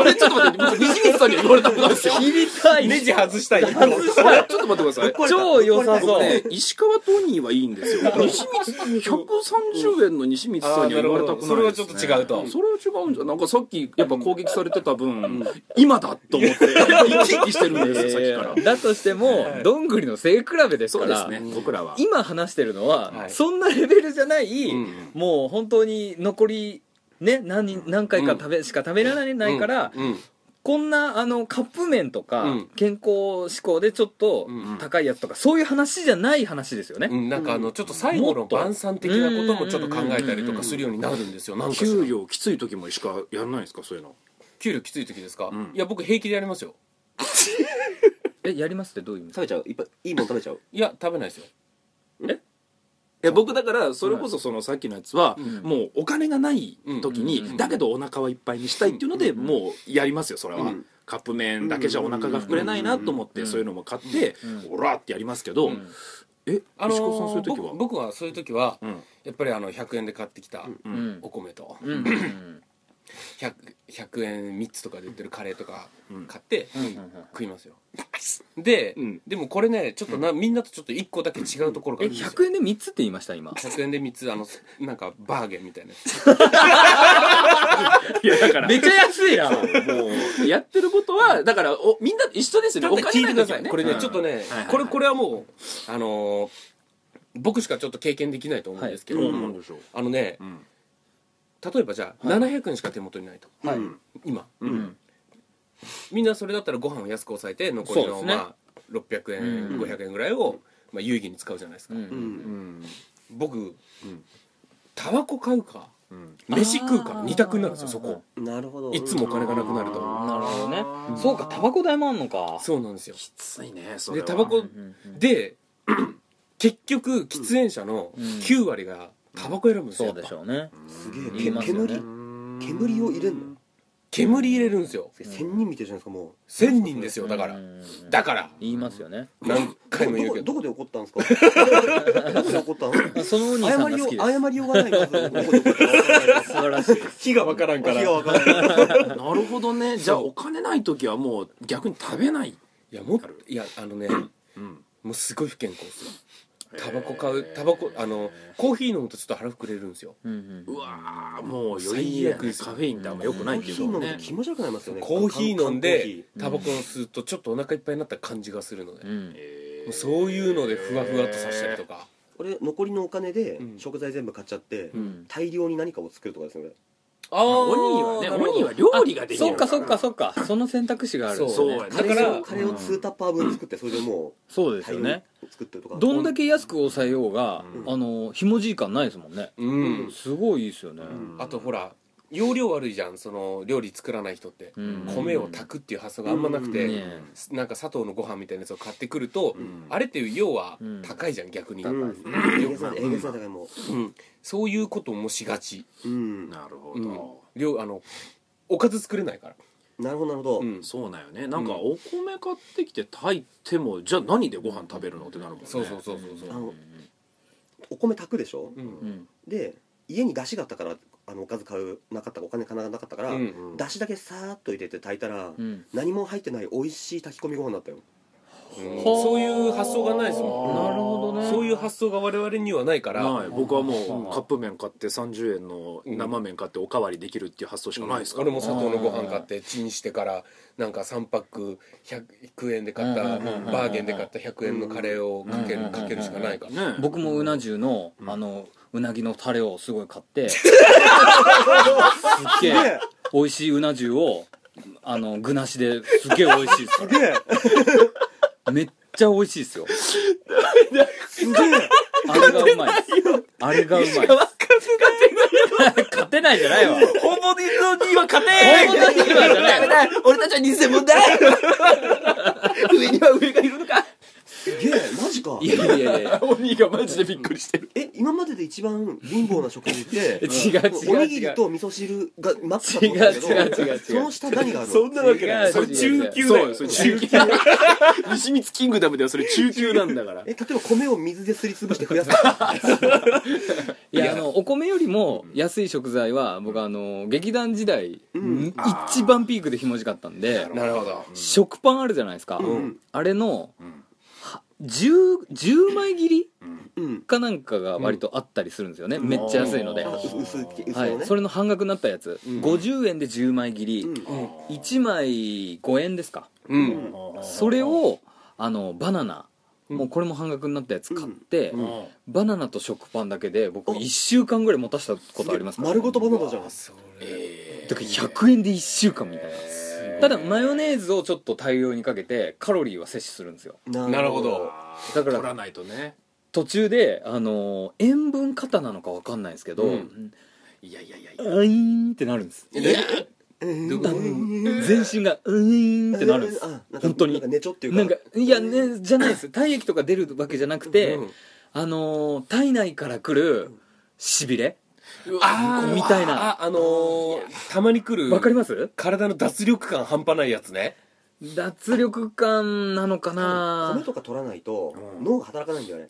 C: 俺ちょっと待って僕西口さんには言われたことないですよ
B: 切りたい
A: ネジ外したい
C: 俺ちょっと待ってください
B: 超良さそう
C: 僕ね石川トニーはいいんですよ西光130円の西光さんには言われたくな
A: あーなるほど
C: いです、ね、
A: それはちょっと違うと
C: それは違うんじゃなんかさっきやっぱ攻撃されてた分、今だと思って生き生きしてるんですよさっきから
B: だとしても、どんぐりの背比べです
C: そ
B: か
C: うで
B: ら
C: すね僕らは
B: 今話してるのは、
A: はい
B: そんなレベルじゃない、
A: うん
B: もう本当に残りね何人何回か食べ、しか食べられないから、
A: うんうん
B: こんなあのカップ麺とか、
A: うん
B: 健康志向でちょっと
A: うんうん
B: 高いやつとか、そういう話じゃない話ですよね、
A: うんなんかあのちょっと最後の晩餐的なこともちょっと考えたりとかするようになるんですよなんかしら
C: 給料きつい時も石川やらないんですかそういうの
A: 給料きつい時ですか、
C: うん
A: いや僕平気でやりますよ
B: えやりますってどういう意味
D: 食べちゃういっぱいいいもん食べちゃう
A: いや食べないですよ
C: いや僕だからそれこそそのさっきのやつは
B: うん
C: もうお金がない時
B: うんうん
C: にだけどお腹はいっぱいにしたいっていうので
B: うん
C: もうやりますよそれは
D: うん
C: カップ麺だけじゃお腹が膨れないなと思っ
B: う
C: て
B: ん
C: そういうのも買って
B: う
C: オラってやりますけど
B: うん
C: え
A: あ
C: あ
A: のー
C: の石川さんそういう時は
A: 僕僕はそういう時は、
C: うん
A: やっぱりあの100円で買ってきた
B: う
C: うん
B: ん
A: お米と
B: うんうん、
A: 100, 100円3つとかで売ってるカレーとか
C: うん
A: 買って、
B: うんうんうん
A: *laughs* 食いますよで、
C: うん
A: でもこれねちょっとな、みんなとちょっと1個だけ違うところが
B: え
A: あるんですよ
B: 100円で3つって言いました今
A: 100円で3つあのなんかバーゲンみたいなやつ
C: いやだ *laughs* から
B: めちゃ安いやん
C: もうやってることはだからおみんな一緒ですよねお金ない時はね
A: これね、
C: うん
A: ちょっとね、
C: はいはい
A: これこれはもうあのー僕しかちょっと経験できないと思うんですけど、
C: うんなんでしょう
A: あのね
C: うん
A: 例えばじゃあ、700円しか手元にないと
B: はい
D: うん
A: 今
B: うん
A: みんなそれだったらご飯を安く抑えて残り
B: そ
A: の、
B: うですね
A: まあ、600円、
B: うん
A: 500円ぐらいを、まあ、有意義に使うじゃないですか、
B: うん
D: うん
A: 僕
C: うん
A: タバコ買うか
C: うん
A: 飯食うか
B: あー
A: 二択になるんですよそこ
D: なるほど
A: いつもお金がなくなると
B: なるほどね
C: うん
B: そうかタバコ代もあんのか
A: そうなんですよ
C: きついねそ
A: で
C: れは
A: タバコ
B: うんうんうん
A: で *clears throat* 結局喫煙者の
B: うん
A: 9割がタバコ選ぶんですよ
B: そう
A: やっ
B: で
A: ぱ
B: しょうね
D: すげえ
B: 言いますよね
D: 煙煙を入れんの
A: 煙入れるんですよ
D: 千人見てるじゃないですかも
A: 1000人ですよだから
B: うんうんうん
A: だから
B: 言いますよね
A: 何
D: うど
A: 回も言う
D: こ
A: け
D: ど
A: ど
D: こで怒ったんですか *laughs* どこで怒った
B: そ
D: の
B: そのお兄さん
D: 謝
B: が
D: り
B: 好き
D: よ
B: で
D: う
B: す
D: 謝りようがないまずどこどこ
B: 素晴らしいです
A: 火がわからんから
D: 火が
A: い
D: わからない
C: なるほどねじゃあお金ない時はもう逆に食べない、
A: やもっといやあのね
C: うん、
A: もうすごい不健康ですよタバコ買うタバコあのコーヒー飲むとちょっと腹膨れるんですよ
B: うんうん
C: うわーもうよりね
A: 最悪です
C: カフェインってあんまよくないって
D: コー
C: い
D: ヒー
C: う
D: 飲
C: もん
D: む
C: ね
D: と気持ち悪くなりますよね
A: コーヒー飲んでタ
B: 缶
A: バコを吸うとちょっとお腹いっぱいになった感じがするので、
B: う
A: も
B: ん
A: うそういうのでふわふわっとさせたりとか、
D: 俺残りのお金で
A: うん
D: 食材全部買っちゃって
B: うん
D: 大量に何かを作るとかですね
A: あー
C: オニーはねオニーは料理ができ
B: そ
C: る
B: っかそっかそっかその選択肢があるんです
A: そう
B: ね
C: そうやね
A: だから
D: カレーを2タッパー分作ってそれでも
B: そう
D: う
B: です
D: 大
B: よ
D: 量
B: ね
D: に作ってるとか
B: どんだけ安く抑えようが、
D: うん
B: あのひもじい感ないですもんね
A: うん
B: すごいいいですよね、
D: ん
A: あとほら容量悪いじゃんその料理作らない人って、
B: うん
A: 米を炊くっていう発想があんまなくて、
B: うんね
A: なんか砂糖のご飯みたいなやつを買ってくると、
D: うん
A: あれって要は
B: うん
A: 高いじゃん逆に、
D: うんえげつないえげつない高いもう
A: うんそういうこともしがち、
D: うんな
C: なるほ
A: うん
C: ど、
A: 料あのおかず作れないから、
D: るほどなるほど
A: うん
C: そうなんよねなんかお米買ってきて炊いてもじゃあ何でご飯食べるのってなるもんね
A: そうそうそうそうそう
D: あのお米炊くでしょ
A: うん
B: うん
D: で家に出汁があったからあのおかず買うなかったお金かなかったから
A: うん
C: うん
D: 出汁だけさーっと入れて炊いたら
B: うん
D: 何も入ってない美味しい炊き込みご飯だったよ
A: うんそういう発想がないですもん
B: なるほどね
A: そういう発想が我々にはないから、
C: はい僕はもうカップ麺買って30円の生麺買っておかわりできるっていう発想しかないですから、
A: 俺も砂糖のご飯買ってチンしてからなんか3パック100円で買った
B: うん
A: バ
B: うんうんうん
A: ーゲンで買った100円のカレーをかけ
B: うんうんう
A: る
B: ん
A: かけるしかないから
C: ね
B: 僕もうな重のあのうなぎのタレをすごい買ってすっげえ美味しいうな重をあの具なしですっげえ美味しいですから
D: げえ
B: めっちゃ美味しいですよ
D: すげえ
B: あれがうまいあれがうまい勝てないじゃないわ
A: 本物のには勝て
B: 本物にはじゃないわ
C: 俺たちは偽物だ上には上がいるのか
D: すげえマジか
B: いやいやいやいや
C: 鬼がマジでびっくりしてる
D: え今までで一番貧乏な食事って
B: 違う違う違う
D: おにぎりと味噌汁がマックスだと思ったんだけど
B: 違う違う違う違う
D: その下何があるの
A: そんなわけな
B: 違
A: い
B: う
A: それ中級だよ
C: そうよそれ中級西光キングダムではそれ中級なんだから *laughs*
D: え例えば米を水ですりつぶして増やすあ
B: いやあのお米よりも安い食材は僕あの劇団時代、
D: うん
B: 一番ピークでひもじかったんで
A: なるほど
B: 食パンあるじゃないですか、
D: ん
B: あれの
C: ん
B: は 10, 10枚切り
D: うん
B: かなんかが割とあったりするんですよね、めっちゃ安いので、
D: あ
C: あ
B: は
D: 薄薄薄い
B: い
D: のね
B: それの半額になったやつ、50円で10枚切り、
D: うん
B: 1枚5円ですか
A: うん
B: それをあのバナナ、
A: うん
B: もうこれも半額になったやつ買って、
D: うん
B: バナナと食パンだけで僕1週間ぐらい持たしたことありますから
D: 丸ごとバナナじゃん
A: そ
B: だから100円で1週間みたいなただマヨネーズをちょっと大量にかけてカロリーは摂取するんですよ
A: なるほど
B: だから
C: 取らないとね
B: 途中で、あのー塩分過多なのか分かんないですけど、
A: う
B: うんん、
C: いやいやいやい
B: あ
C: や
B: ーんってなるんです
A: え
D: うん
A: どういうこと
D: うん
B: 全身がうーんってなるんです
D: あか
B: 本当に
D: なんか寝ちょっていうか
B: なんかいやねじゃないです体液とか出るわけじゃなくて、
A: うん
B: あのー体内から来るしびれ
A: あー
B: みたいな
A: ああのーたまに来る
B: わかります
A: 体の脱力感半端ないやつね
B: 脱力感なのか
D: 米
B: な
D: とか取らないと
C: うん
D: 脳が働かないんだよね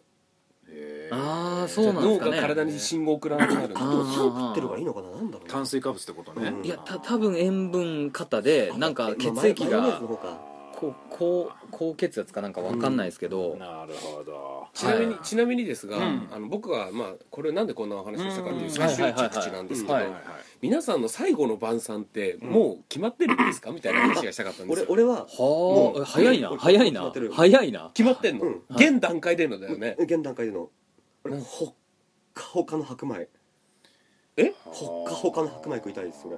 C: へー
B: ああそうなんで
A: 脳
B: すか
A: が
B: ね
A: 体に信号を送らなくなる
D: でもパン食ってるからいいのかななんだろう
C: 炭
D: ね
C: 水化物ってことね
D: うん
B: いやた多分塩分過多でなんか血液
D: まあマヨネー
B: が
D: ズの方か
B: こうこう高血圧かなんか分かんないですけど、
C: なるほど
A: ちなみに、
B: はい
A: ちなみにですが、
C: うん
A: あの僕はまあこれなんでこんなお話をしたかっていう
C: うん
A: 最終着
B: はいはい
A: 地
B: はい
A: なんですけど、
B: はい
C: はいはい
A: 皆さんの最後の晩餐ってもう決まってるんですか、みたいな話がしたかったんです
D: 俺
A: よ。
D: 俺は
B: は
D: う
B: あえ早いな
D: うん
B: 早いな
D: 決まってる
B: 早いな
A: 決まってんの、
D: うん
A: 現段階でのだよね。
D: 現段階での俺
A: うん
D: ほっかほかの白米
A: え
D: ほっかほかの白米食いたいです俺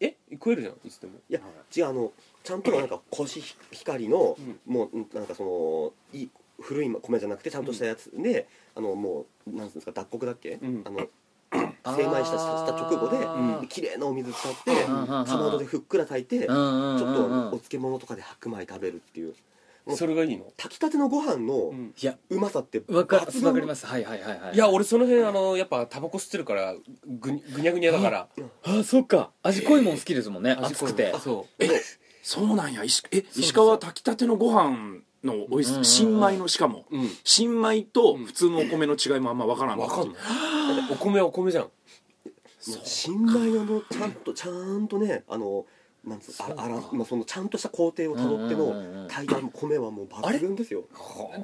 A: え食えるじゃんいつでも。
D: いや違うあのちゃんと
B: *clears throat*
D: なんかコシヒ光の
A: うん
D: もうなんかそのいい古い米じゃなくてちゃんとしたやつで、あのもうなんていうんですか脱穀だっけ、
A: うん
D: あの *clears throat* 精米したした直後で
B: あー
D: 綺麗なお水使って
B: うんうんうんうん
D: かまどでふっくら炊いて、
B: うんうん
D: ちょっとお
B: うんうん
D: 漬物とかで白米食べるっていううん
A: それがいいの、
D: 炊きたてのご飯の
A: うん
B: いや
D: うまさって
B: わかわかりますすはいはいはいはい
A: いや俺その辺あのやっぱタバコ吸ってるからぐにぐにゃぐにゃだから
B: あそっか味濃いもん好きですもんね熱くて
A: そ
C: そうなんや石え石川炊きたてのご飯のおいし新米のしかも
D: うん
C: 新米と普通のお米の違いもあんま分からん
A: わかんないだってお米はお米じゃん
D: 新米はもうちゃんとちゃんとねあのなんつうああらまあそのちゃんとした工程をたどって
B: うんうんうんうん
D: の炊いた米はもう抜群ですよ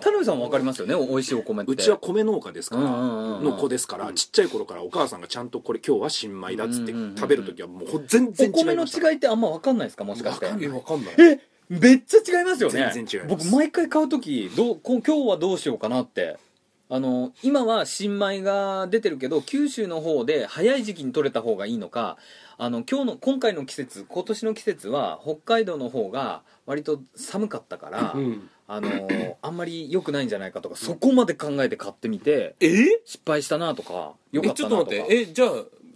B: 田辺さんわかりますよねお美味しいお米って
C: うちは米農家ですから
B: うんうんうんうん
C: の子ですからちっちゃい頃からお母さんがちゃんとこれ今日は新米だっつって
B: うんうんうんうん
C: 食べる時はもうほ全
B: お
C: 然違
B: 米
C: い
B: の
C: ました
B: 違いってあんまわかんないですかもしかして
C: わかんな
A: え
C: い
A: わかんない
B: えめっちゃ違いますよね
C: 全然違います
B: 僕毎回買う時どうこ今日はどうしようかなってあの今は新米が出てるけど九州の方で早い時期に取れた方がいいのかあの今日の今回の季節今年の季節は北海道の方が割と寒かったから、
A: うん
B: あのあんまり良くないんじゃないかとかそこまで考えて買ってみて
A: ええ
B: 失敗したなとか良
A: ち
B: か
A: ょ
B: っ
A: った
B: な
A: と
B: とか
A: 待ってえじゃあ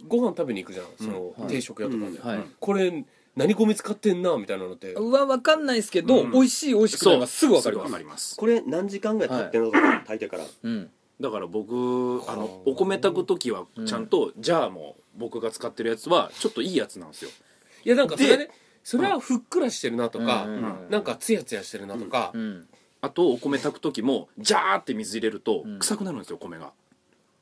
A: ご飯食べに行くじゃんその
B: うんはい
A: 定食屋とかで
D: うん
B: はい
A: これ何米使ってんなみたいなのって
B: は分かんないですけど、
C: うん
B: 美味しい美味しくない
C: そう
B: はすぐ分かり
C: す
B: ます
C: ます
D: これ何時間ぐらい経ってんのとか炊いてから
B: うん
C: だから僕あの
A: はあ
C: お米炊く時はちゃんとジャーも僕が使ってるやつはちょっといいやつなんですよ
A: いやなんかそれ
C: で
A: ねそれはふっくらしてるなとか
B: うんうんうん
A: なんかツヤツヤしてるなとか
B: うん
C: あとお米炊く時もジャーって水入れると
B: うん
C: 臭くなるんですよ米が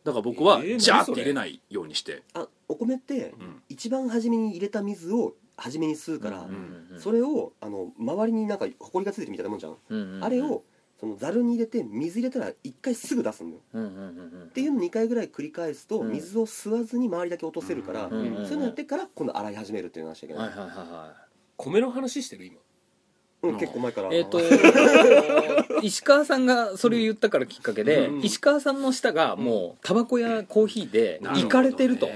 C: だから僕は
A: えー
C: ジャーっ
A: 何
C: て
A: それ
C: 入れないようにして
D: あお米って
C: うん
D: 一番初めに入れた水を初めに吸うか
B: う
D: ら
B: んうんうん
D: それをあの周りになんか埃がついてるみたいなもんじゃん
B: うんうんうん
D: あれをそのざるに入れて水入れたら一回すぐ出すんだよ
B: うんうんうん
D: っていうの2回ぐらい繰り返すと
B: うん
D: 水を吸わずに周りだけ落とせるから
B: う
D: そ
B: ん
D: う
B: う
D: い
B: んうん
D: うのやってから今度洗い始めるっていうのはしちゃいけ
B: うんは
D: ないい
B: はいはいは
A: 米の話してる今
D: う
C: うん
D: ん結構前から
B: いえっ、
D: *laughs*
B: と石川さんがそれを言ったからきっかけで、
C: うん
B: 石川さんの舌がもうタバコやコーヒーで
C: なるほどね
B: いかれてると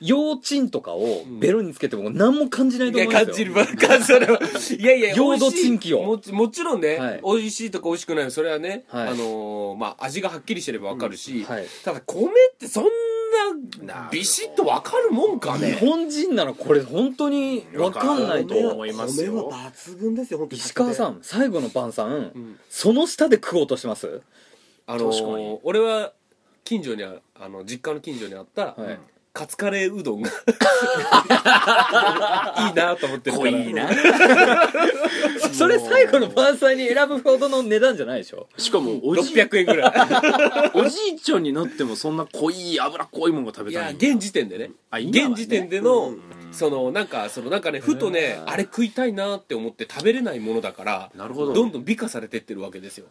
B: 幼稚とかをベロにつけても何も感じない
A: い
B: と思
A: や
B: うんですよ
A: 感じるばっかりそれはいやいや
B: 用土
A: 美味しい
B: 珍奇を
A: もちもちろんね、
B: はい
A: 美味しいとか美味しくないのそれはね、
B: はい
A: あのーまあ味がはっきりしてればわかるし、
B: はい
A: ただ米ってそんなビシッとわかるもんか
B: 日
A: ね
B: 本人ならこれ本当に分かんないと
C: わかんないと
B: 思う
C: 思いますよ
D: 米は抜群ですよ本当に
B: 石川さ
D: ん
B: ん最後の晩さん、
A: ん
B: その下で食おうとしてます
A: あのー
C: 確かに
A: 俺は近所にああの実家の近所にあった、
B: はい
A: カツカレーうどん
B: *laughs*
A: が *laughs* いいなと思ってるか
C: 濃
A: ら
C: いな
B: *laughs* それ最後の晩餐に選ぶほどの値段じゃないでしょ
C: しかもおじい
A: 600円ぐら
C: おじいちゃんになってもそんな濃い脂っこいもんが食
A: い
C: べ
A: い
C: た
A: や
C: い
A: 現時点でね
C: あ今はね
A: 現時点での、
D: うん
A: そのなんかそのなんかねふとね
B: うん
A: あれ食いたいなって思って食べれないものだから
C: なるほど
A: どんどん美化されてってるわけですよ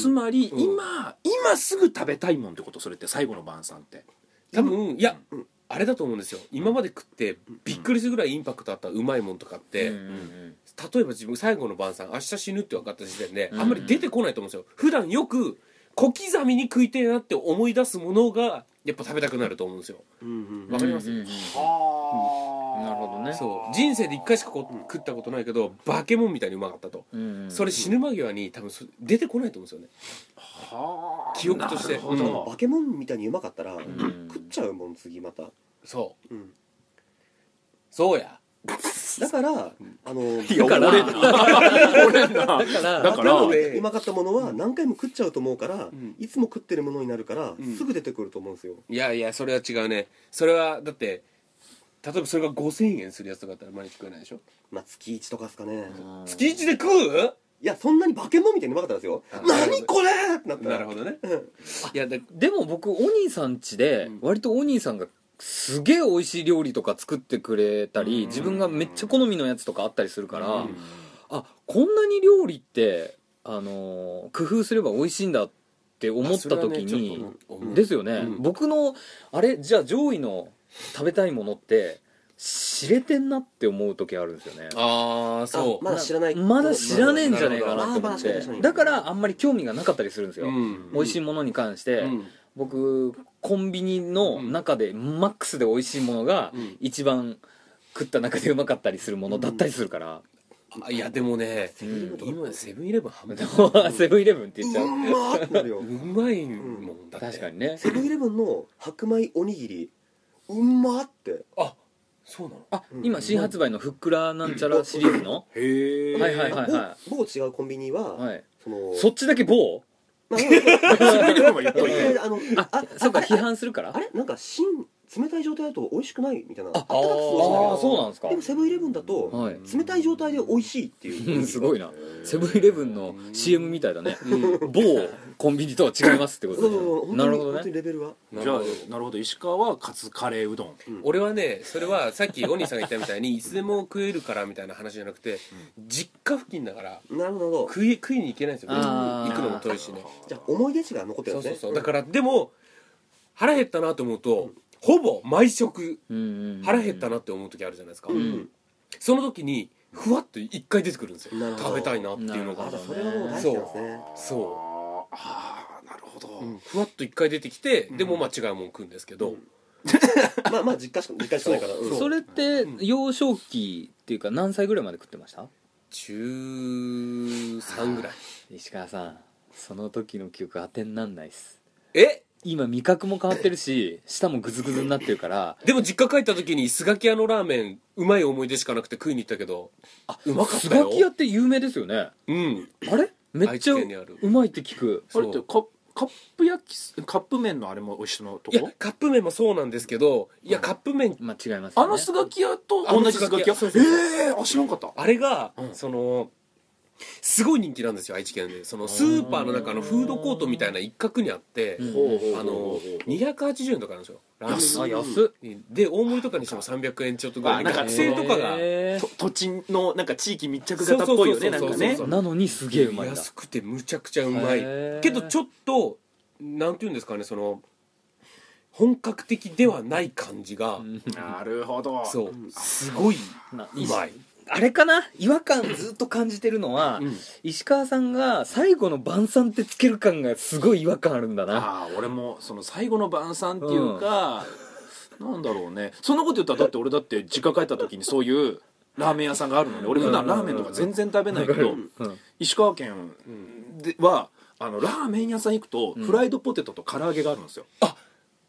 C: つまり
A: うん
C: 今今すぐ食べたいもんってことそれって最後の晩餐って
A: 多分いや、
D: うん
A: あれだと思うんですよ今まで食ってびっくりするぐらいインパクトあったうまいもんとかって、
B: うんうん
A: 例えば自分最後の晩餐明日死ぬって分かった時点で
B: うん
A: あんまり出てこないと思うんですよ普段よく小刻みに食いてえなって思い出すものがやっぱ食べたくなると思うんですよ
D: うん
B: う
A: わ
B: ん
A: かります
B: うんうんうん
C: は
B: なるほどね
A: そう人生で一回しかこ食ったことないけど化け物みたいにうまかったと
B: うんうん
A: それ死ぬ間際に多分そ出てこないと思うんですよね
C: は
A: 記憶として
C: なるほ
D: うん
C: ど
D: 化け物みたいにうまかったら
B: ん
D: 食っちゃうもん次また
A: そう
D: うん
A: そうや
D: だからあの
C: いや
B: だから
C: 俺な俺な
B: だから
C: *laughs* だから
D: 化け物うまかったものは何回も食っちゃうと思うから
A: ん
D: いつも食ってるものになるから
A: ん
D: すぐ出てくると思うんですよ
A: いやいやそれは違うねそれはだって例えばそれが5000円するやつとかだったら毎日食えないでしょ
D: まあ月一とかですかね
A: 月一で食う
D: いやそんなに化け物みたいにうまかったんですよ
A: あ
D: 何これってなった
A: な
D: ら
A: るほどね
D: うん
A: いやだ
B: でも僕お兄さん家で割とお兄さんがすげえ美味しい料理とか作ってくれたり自分がめっちゃ好みのやつとかあったりするからあこんなに料理ってあのー工夫すれば美味しいんだって思った時にですよね
A: うん
B: 僕のあれじゃあ上位の食べたいものって知れてんなって思う時あるんですよね
A: ああそ
D: あ
A: う
D: まだ知らない
B: まだ知らねえんじゃねえかなと思
D: まだ
B: っ
D: 知らない
B: てだからあんまり興味がなかったりするんですよ、
A: うん
B: 美味しいものに関して、
A: うん
B: 僕コンビニの中でマックスで美味しいものが
A: うん
B: 一番食った中でうまかったりするものだったりするから、
A: あいやでもね
B: うん
A: 今セブンイレブンハム
B: セブンイレブンって言っ *laughs* ちゃう、
D: うまーってなるよ
A: うまいもんだって
B: 確かにね
D: セブンイレブンの白米おにぎりうまーって
A: あそうなの
B: あ
D: うん
B: 今新発売のふっくらなんちゃらシリーズの、
C: へえ
B: はいはいはいは
D: 某某違うコンビニ
B: い、
D: は
B: はい、
D: その
B: そっちだけ某
D: まあまあまあ
C: セブンイレブンは言っとい
D: いやい
C: て
D: やあの
B: あ
D: あ
B: そうか
D: あれ
B: 批判するか
D: あ
B: ら
D: れなんか新冷たい状態だと美味しくないみたいな
B: あ
D: あったかくて美味しいんだけ
B: ああ
D: ど
B: そうなんですか
D: でもセブンイレブンだと
B: はい
D: 冷たい状態で美味しいっていうう
B: *laughs*
D: ん
B: すごいなセブンイレブンの CM みたいだね
A: うん
B: 某コンビニとは違いますってこ
D: そうそうそう
B: とで
D: 本当に
B: なるほど
D: 本当
B: ね
D: にレベルは
C: じゃあ *laughs* なるほど石川はカツカレーうどん
A: 俺はねそれはさっきお兄さんが言ったみたいにいつでも食えるからみたいな話じゃなくて実家付近だから
D: なるほど
A: 食い食いに行けないんですよ
B: あ
A: 行
B: ー
A: くのも遠いしね
D: じゃあ思い出しが残って
A: そ
D: るん
A: う
D: で
A: そ
D: す
A: うそ
D: ね
A: うだからでも腹減ったなと思うとほぼ毎食腹
B: 腹
A: 減ったなって思う時あるじゃないですか
D: うんうん
A: その時にふわっと一回出てくるんですよ
D: なるほど
A: 食べたいなっていうの
B: なるほ
A: が
D: あじ
B: ど
D: ゃあそれはもう大好きなんですね
A: そ
C: ああーなるほど、
A: うふわっと一回出てきてでもまあ違うもん食うんですけど
D: まあまあ実家しか実家しかないからうん
B: それって
A: ん
B: 幼少期っていうか何歳ぐらいまで食ってました
A: 中3ぐらい
B: 石川さんその時の記憶当てになんないっす
A: え
B: 今味覚も変わってるし舌もグズグズになってるから
A: でも実家帰った時にスガキ屋のラーメンうまい思い出しかなくて食いに行ったけどあうまかった
B: スガ
A: よ
B: キ屋って有名ですよね
A: うん
B: あれめっちゃ
A: 愛知県にある
B: うまいって聞く
C: あれっ
A: そ
C: て
A: う
C: カッカップ焼きすカップ麺のあれも一緒のと
A: いや
C: こ
A: カップ麺もそうなんですけどいやカップ麺
B: まあ違いますよね
C: あのスガキ屋と同じスガキ
A: あ
C: 屋
A: のスガキ屋そうそうそう
C: ええー、あ知らんかった
A: あれが、
C: うん
A: そのすごい人気なんですよ愛知県でそのスーパーの中のフードコートみたいな一角にあって
B: うん
C: ほうほう
A: あの280円とかなんですよラー
B: あ
A: メン
B: 安っ
A: で大盛りとかにしても300円ちょっとぐらい
C: あなんか
A: 学生とかが
B: へ
C: と
B: ー
C: 土地のなんか地域密着型っぽいよ
A: そ
C: ね
A: う
C: な
A: んそうそうそう
C: かね
A: そう
B: なのにすげえうまいんだ
A: 安くてむちゃくちゃうまい
B: へー
A: けどちょっとなんて言うんですかねその本格的ではない感じが、
B: うん
C: なるほど
A: そう
D: うん
A: すごいう
B: な
A: まい、
B: あれかな違和感ずっと感じてるのは、
A: うん
B: 石川さんが最後の晩餐ってつける感がすごい違和感あるんだな
C: ああ俺もその最後の晩餐っていうか、なんだろうねそんなこと言ったらだって俺だって実家帰った時にそういうラーメン屋さんがあるのね俺普段ラーメンとか全然食べないけど
B: うん
C: 石川県ではあのラーメン屋さん行くと
B: うん
C: フライドポテトと唐揚げがあるんですよ、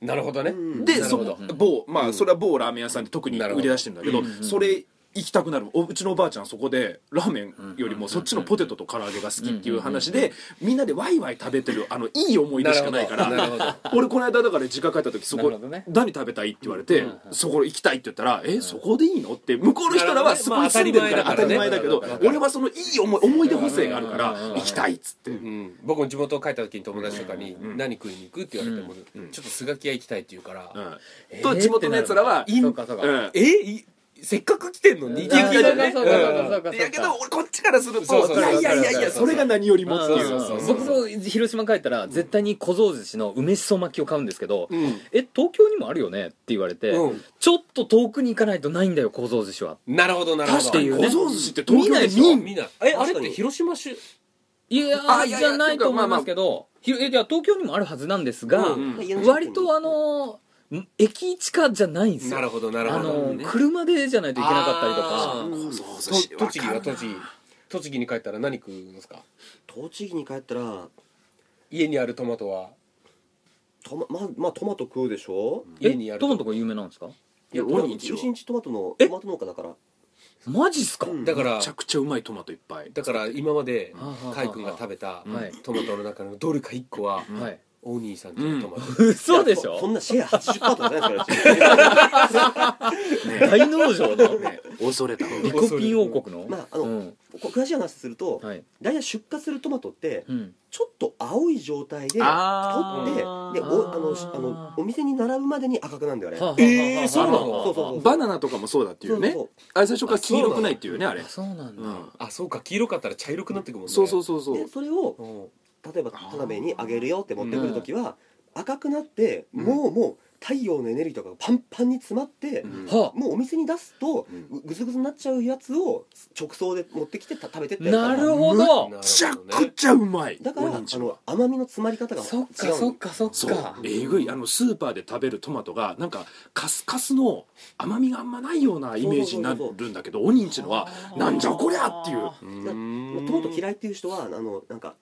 A: なるほどね、
D: うん
C: で
A: なる
C: そ
A: ほど
C: こ某まあそれは某ラーメン屋さんで特に
A: なるほ
C: 売
A: ど
C: り出してるんだけど
B: うんうんうん
C: それ行きたくなるおうちのおばあちゃんそこでラーメンよりもそっちのポテトと唐揚げが好きっていう話でみんなでワイワイ食べてるあのいい思い出しかないから
A: なるほどなる
C: *laughs* 俺この間だから実家帰った時そ
B: な
C: こ
B: るほどね
C: 何食べたいって言われて
B: うんうん
C: そこ行きたいって言ったらえそこでいいのって向こうの人らはそこに住んでるから
A: まあ
C: 当
A: 当
C: た
A: た
C: り
A: り前
C: 前だ
A: だ
C: け
A: からね
C: ど俺はそのいい思い思い出補正があるから
B: うんうんうんうん
C: 行きたいっつって
A: うん、僕も地元帰った時に友達とかに
C: ん
A: 「何食いに行く?」って言われても「
C: ん
A: ちょっとスガキ屋行きたい」って言うから「
C: うん
B: えー
C: と地元のやつらは
B: ってなるからそうかそう
C: う
B: か
C: ん
A: えいせっかく来てんのに」
B: うん
A: 行き行きだね
B: そうかそうかそうかそうか
C: いやけど俺こっちからする
A: そうそ
C: と
A: う
C: い
A: そう
C: やいやいやいやそれが何よりもっていう
A: そうそうそう
B: 僕も広島帰ったら絶対に小僧寿司の梅しそ巻きを買うんですけど「
A: うん
B: え東京にもあるよね?」って言われて、
A: うん
B: ちょっと遠くに行かないとないんだよ小僧寿司は
A: なるほどなるほど
C: 確かに
B: っ
C: 小
B: ていうね
C: 僧寿司って東京で
B: 見な
C: 見
B: い
C: ん
A: みんなえあれ
D: 確
A: っ
D: か
A: て
D: に
A: 広島市
B: いやー
C: あいやい
B: じ
C: や
B: ゃないと思いますけど、ひろえいや東京にもあるはずなんですが、
A: うん
D: まあ家の近くに
B: 割とあのーん駅近じゃないんですよ
A: なるほどなる
B: あ
A: ほど
B: の
C: ね
B: 車でじゃないといけなかったりと
A: あ
B: か
A: ー
D: うん
C: 小
A: と
C: 僧寿司
A: 栃木は
C: わかる
A: 栃木栃木に帰ったら何食うんですか
D: 栃木に帰ったら
A: 家にあるトマトは
D: トマまあまあトマト食うでしょ
B: え
A: 家にある
B: どこのとこ有名なんですか
C: いや
D: トマト
C: 俺一応
D: うちうちトマトの
A: え
D: トマト農家だから
B: マジっすか、
D: うん
A: だから
C: めちゃくちゃうまいトマトいっぱい
A: だから今まで
B: はあはあはあ
A: 海君が食べた
B: はい
A: トマトの中のどれか1個は
C: うん
B: はい
A: お兄さんのトマト
B: 嘘でし
D: いやそそ
B: ょ
D: んなシェア80%とかじゃないです
B: *laughs*
D: からうち
C: ね
B: 大農場の
C: ね恐れた
B: リコピン王国の
D: まああの
B: うん
D: こ詳しい話すると
B: はい
D: 大体出荷するトマトって
B: うん
D: ちょっと青い状態で取ってでお
C: あー
D: あのしあのお店に並ぶまでに赤くなるんだよね
B: はあはあはあ
A: えーそうなの
D: そうそうそう
C: バナナとかもそうだっていうね
D: そうそう
C: あれ最初から黄色くないっていうねあれ
B: あそうなんだ、
C: うん
A: あそうか黄色かったら茶色くなってくもんね
C: そうそうそうそう
D: でそれを
A: うん
D: 例えば
C: あー
D: 田辺にあげるよって持ってくる時は赤くなってもうもう太陽のエネルギーとかがパンパンに詰まって
C: うん
B: は
D: もうお店に出すと
C: うん
D: ぐぐずぐずになっちゃうやつを直送で持ってきてた食べてって
B: あ
D: や
B: な
D: るから
B: るほど
A: なるほどね
C: めちゃくちゃうまい
D: だから
C: お
D: あ
C: にんちんは
D: の甘みの詰まり方が違
B: そっか
D: う
B: そ
D: の
B: っかそっか
C: そうえぐいあのスーパーで食べるトマトがなんかカスカスの甘みがあんまないようなイメージになるんだけどおにんちのはなんじゃこりゃっていう
D: まあトマト嫌いっていう人はあのなんか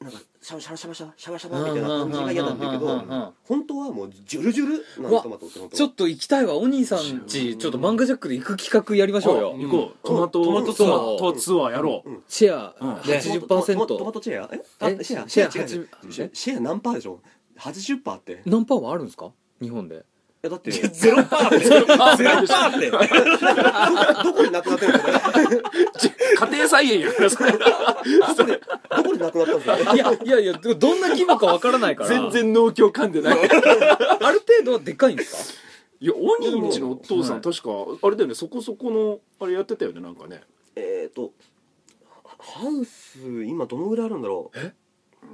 D: なんかシャバシャバシャバシャバシャバシャバみたいな感じが嫌なんだけ
B: うんうんうんうんうん
D: ど本当はもうジュルジュルな
B: うわ
D: トマトって本当
B: ちょっと行きたいわお兄さんちちょっと漫画ジャックで行く企画やりましょうよ
C: あ行こうトマト
A: トマ
D: ト
B: ツアー
C: トツアーやろう
D: うん
B: シェア
C: うん
B: 80%、
D: トマトトマトトマトチェアえあ
B: え
D: シェア
B: シェア
D: シェア違う違う
B: 80 *laughs*
D: シェア何パーでしょ80パーって
B: 何パーはあるんですか日本で
D: やだって
A: ゼロパーってゼロパーって
D: どこでなくなってるんです
B: *laughs*
D: かね
C: 家庭菜園やからそれ
D: それどこでなくなったんですかね
B: いやいやいやでもどんな規模かわからないから
C: 全然農協噛んでない
B: ある程度はでかいんですか
C: いや鬼んちのお父さん
B: で
C: 確かあれだよねそこそこのあれやってたよねなんかね
D: えっとハウス今どのぐらいあるんだろう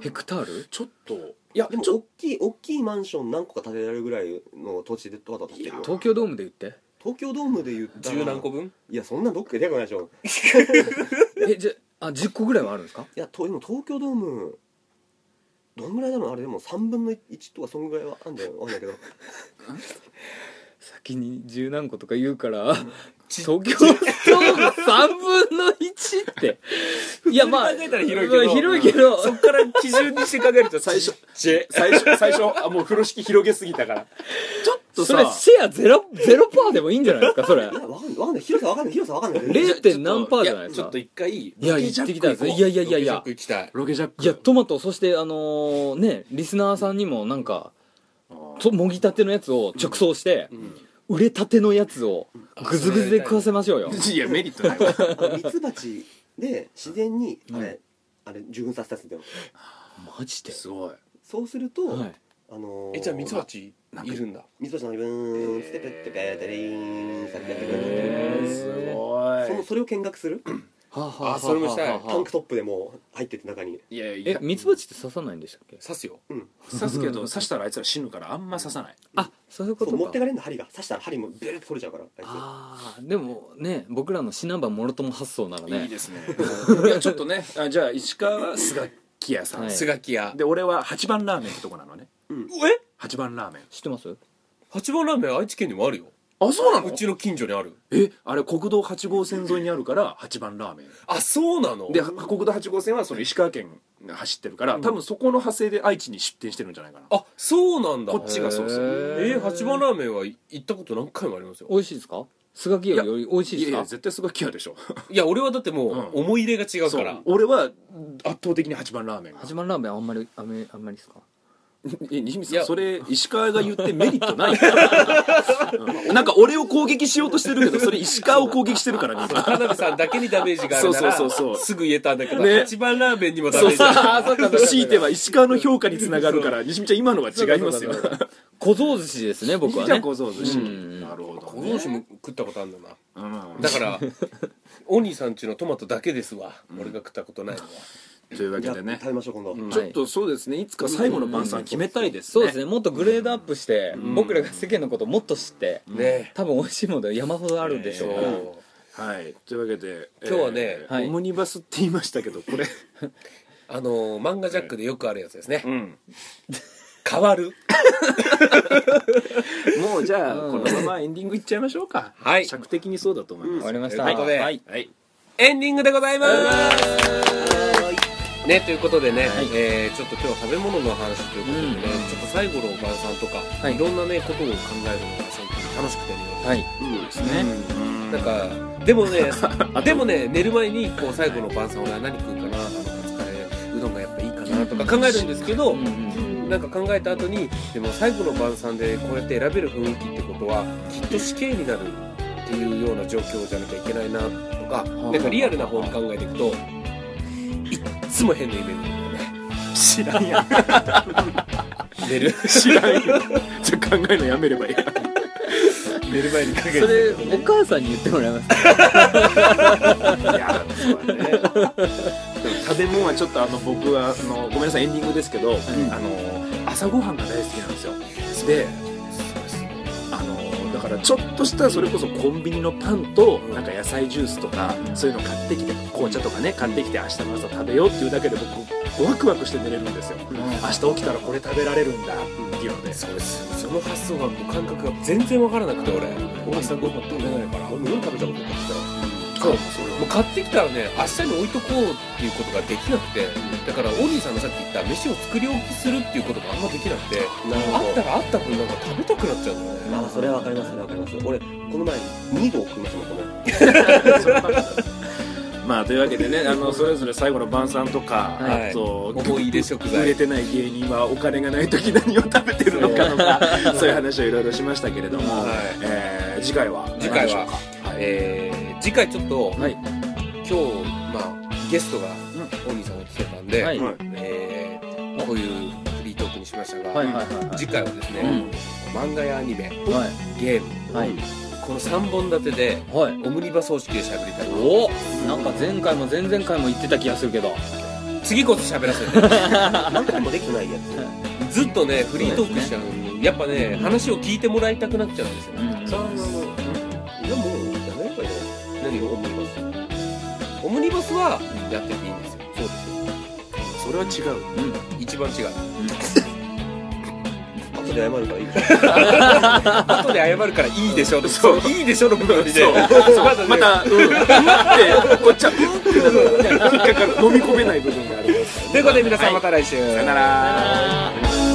B: ヘクタール
C: ちょっと
B: いや
D: でも
B: ちょ
D: 大きい大きいマンション何個か建てられるぐらいの土地でとはだってるよ
B: 東京ドームで言って
D: 東京ドームで言ったら
A: *laughs* 十何個分
D: いやそんなどっか出てこないでしょ
B: えじゃあ10個ぐらいはあるんですか
D: いやとでも東京ドームどんぐらいだろうあれでも3分の1とかそんぐらいはあんだよわかんないけど
B: 先に十何個とか言うから東京ドーム3分の1っていやまあ
A: 考えたら広いけど
B: まあ広いけど
A: そっから基準にして考えると *laughs*
C: 最初
A: ジェ
C: 最初最初あもう風呂敷広げすぎたからちょっと
B: それ
C: さ
B: シェアゼロゼロパーでもいいんじゃないですかそれ
D: いやわかんないわかんない広さわかんない広さわかんない
B: 0.7%
C: ちょっと
B: 何パーじゃないです
C: ちょ
B: か
C: っと一回
B: いや
C: ロケジ
B: 行って
C: ャック
B: きたんですねいやいやいやいや
A: 6行きたい
C: ロケジャック
B: いやトマトそしてあのーねリスナーさんにもなんかともぎたてのやつを直送して、売れたてのやつをグズグズで食わせましょうよ
C: いやメリットない *laughs* わ
D: あのミツバチで自然にあれ、あれ受粉させたんですよ
B: マジです
C: ごい
D: そうすると、
B: はい
D: あのー、
A: えじゃあミツバチいるんだ
D: ミツバチのリブーンステペッテペテリーンさってやってくれる
B: へー
C: すご
D: そのそれを見学する
B: はあは
A: あそれもしたい
D: タンクトップでもう入ってて中に
C: いいやい
B: え
C: や
B: ミツバチって刺さないんでしたっけ
A: 刺すよ
C: 刺すけ *laughs* ど刺したらあいつら死ぬからあんま刺さない
B: あそういうこ
D: そ
B: と
D: う
B: か
D: 持ってかれんの針が刺したら針もベルッと取れちゃうからあ
B: ああでもね僕らのシナバもろとも発想ならね
C: いいですねいやちょっとねあじゃあ石川はスガキ屋さん、
B: はい
A: スガキ屋
C: で俺は八番ラーメンってとこなのね
A: え
C: 八番ラーメン
B: 知ってます
A: 八番ラーメン愛知県にもあるよ
C: あそうな
A: うちの近所にある
C: えあれ国道8号線沿いにあるから八番ラーメン
A: あそうなの
C: では国道8号線はその石川県が走ってるから、多分そこの派生で愛知に出店してるんじゃないかな
A: あそうなんだ
C: こっちがそうそう
A: えー、八番
B: ー
A: ラーメンは行ったこと何回もありますよ
B: 美味しいですかスガキよりより美味しい
C: いやいや
B: ですか
C: 絶対スガキ屋でしょ
A: いや俺はだってもう
C: うん
A: 思い入れが違うから、
C: そう俺は圧倒的に八番ラーメンが
B: 八幡ラーメンあんまりあんまりあんまりですか
C: え西光
A: い
C: さ
A: や
C: んそれ石川が言ってメリットないから、うんなんか俺を攻撃しようとしてるけどそれ石川を攻撃してるからね今
A: 田辺さんだけにダメージがあるなら
C: そうそうそうそう
A: すぐ言えたんだけど、
C: ね
A: 八番ラーメンにもダメ
C: そう
A: ージある
B: あそうかそうか
C: 強いては石川の評価につながるから西光ちゃん今のは違いますよ
B: そうかそうか小僧寿司ですね僕
C: 西
B: は
C: 光ちゃん
B: ね
C: 小僧寿司
B: うん
C: なるほど
A: 小
C: ね
A: 僧子も食ったことあるんだな
C: うん
A: だからお兄さんちのトマトだけですわ、俺が食ったことないのは
C: というわけ
D: じゃあ
C: でね
D: 食べましょう今度、
A: ん
C: ちょっとそうですねいつか最後の晩餐決めたいです
B: そう
C: ね
B: ですねもっとグレードアップして、僕らが世間のことをもっと知って、
A: ね
B: 多分美味しいもの山ほどあるんでしょうから、
A: そう
C: はいというわけで
A: 今日はね
C: えー
B: はい
C: オムニバスって言いましたけどこれ
A: あのー漫画ジャックでよくあるやつですね、
C: うん
A: 変わる
C: もうじゃあ
B: うん
C: このままエンディングいっちゃいましょうか
A: はい
C: 尺的にそうだと思います
B: 終わりました
A: ということで
B: はい
C: はい
A: エンディングでございますねということでね、
B: はい
A: えーちょっと今日食べ物の話ということで
B: う
A: ね、
B: ん
A: ちょっと最後のおばさんとか、、
B: はいい
A: ろんなねことを考えるのが最近楽しくてね、
B: はい
C: そうですねうん
A: なんかでも
B: *laughs*
A: ねでもね寝る前にこう最後の晩餐俺は何食うかなあのカツカレーうどんがやっぱいいかなとか考えるんですけど、
B: うんうん
A: なんか考えた後にでも最後の晩餐でこうやって選べる雰囲気ってことはきっと死刑になるっていうような状況じゃなきゃいけないなとか
B: あ
A: なんかリアルな方に考えていくといっつも変な夢見るんだよね
C: 知らんやん
A: 寝
B: *laughs*
A: る
C: 知らんやんじゃあ考えるのやめればいいや
A: 寝る前に考えて
B: それお母さんに言ってもらいますか
C: いやそうだねでも食べ物はちょっとあの僕はあのごめんなさいエンディングですけど、あの朝ごはんが大好きなんですよであのだからちょっとしたそれこそコンビニのパンとなんか野菜ジュースとかそういうの買ってきて紅茶とかね買ってきて明日の朝食べようっていうだけで僕ワクワクして寝れるんですよ、明日起きたらこれ食べられるんだっていうので
A: それすその発想がもう感覚が全然わからなくて俺おばさんご飯食べないから俺夜食べたことなかったからそうもう買ってきたらね明日に置いとこうっていうことができなくてだからお兄さんがさっき言った飯を作り置きするっていうことがあんまできなくて
D: なる
A: あ
D: ほ
A: った
D: ど
A: らあった分なんか食べたくなっちゃうんだよね
D: ああそれはわかりますそれはわかります俺この前2度食いましたもんこの前
C: そればっかだまあというわけでねあのそれぞれ最後の晩餐とか、
A: はい
C: あと
A: 思い入れ食材
C: 売れてない芸人はお金がない時何を食べてるの *laughs* かとかそういう話をいろいろしましたけれど
A: は
C: も、
A: い
C: えー次回は
A: 次回は
C: 何
A: *laughs*
C: でしょうかはい
A: えー次回ちょっと、
C: はい
A: 今日、まあ、ゲストが大西さんが来てたんで、
B: はい
D: はい
A: えーこういうフリートークにしましたが、
B: はいはいはいはい
A: 次回はですね、漫画やアニメ
B: はい
A: ゲーム、
B: はい
A: この3本立てで
B: はい
A: オムニバ方式でしゃべりたい
B: おおなんか前回も前々回も言ってた気がするけど
A: 次こそしゃべらせ *laughs* て
D: 何回もできてないやつ
A: ずっとねフリートークしちゃうのにやっぱね話を聞いてもらいたくなっちゃうんですよね、
D: そんなのいやもうやめればいいの
A: 何をオムニバスオムニバスはやってていいんですよそうですよ
C: それは違う
A: 一番違う
D: 後で謝るからいい
A: 後で謝るからいいでしょ *laughs* そういいでしょの部分で
C: そう
A: まだね
C: また、うん、うんってこっちはうんってなる引っかかる飲み込めない部分があります
A: ということで皆さんまた来週、
C: さよなら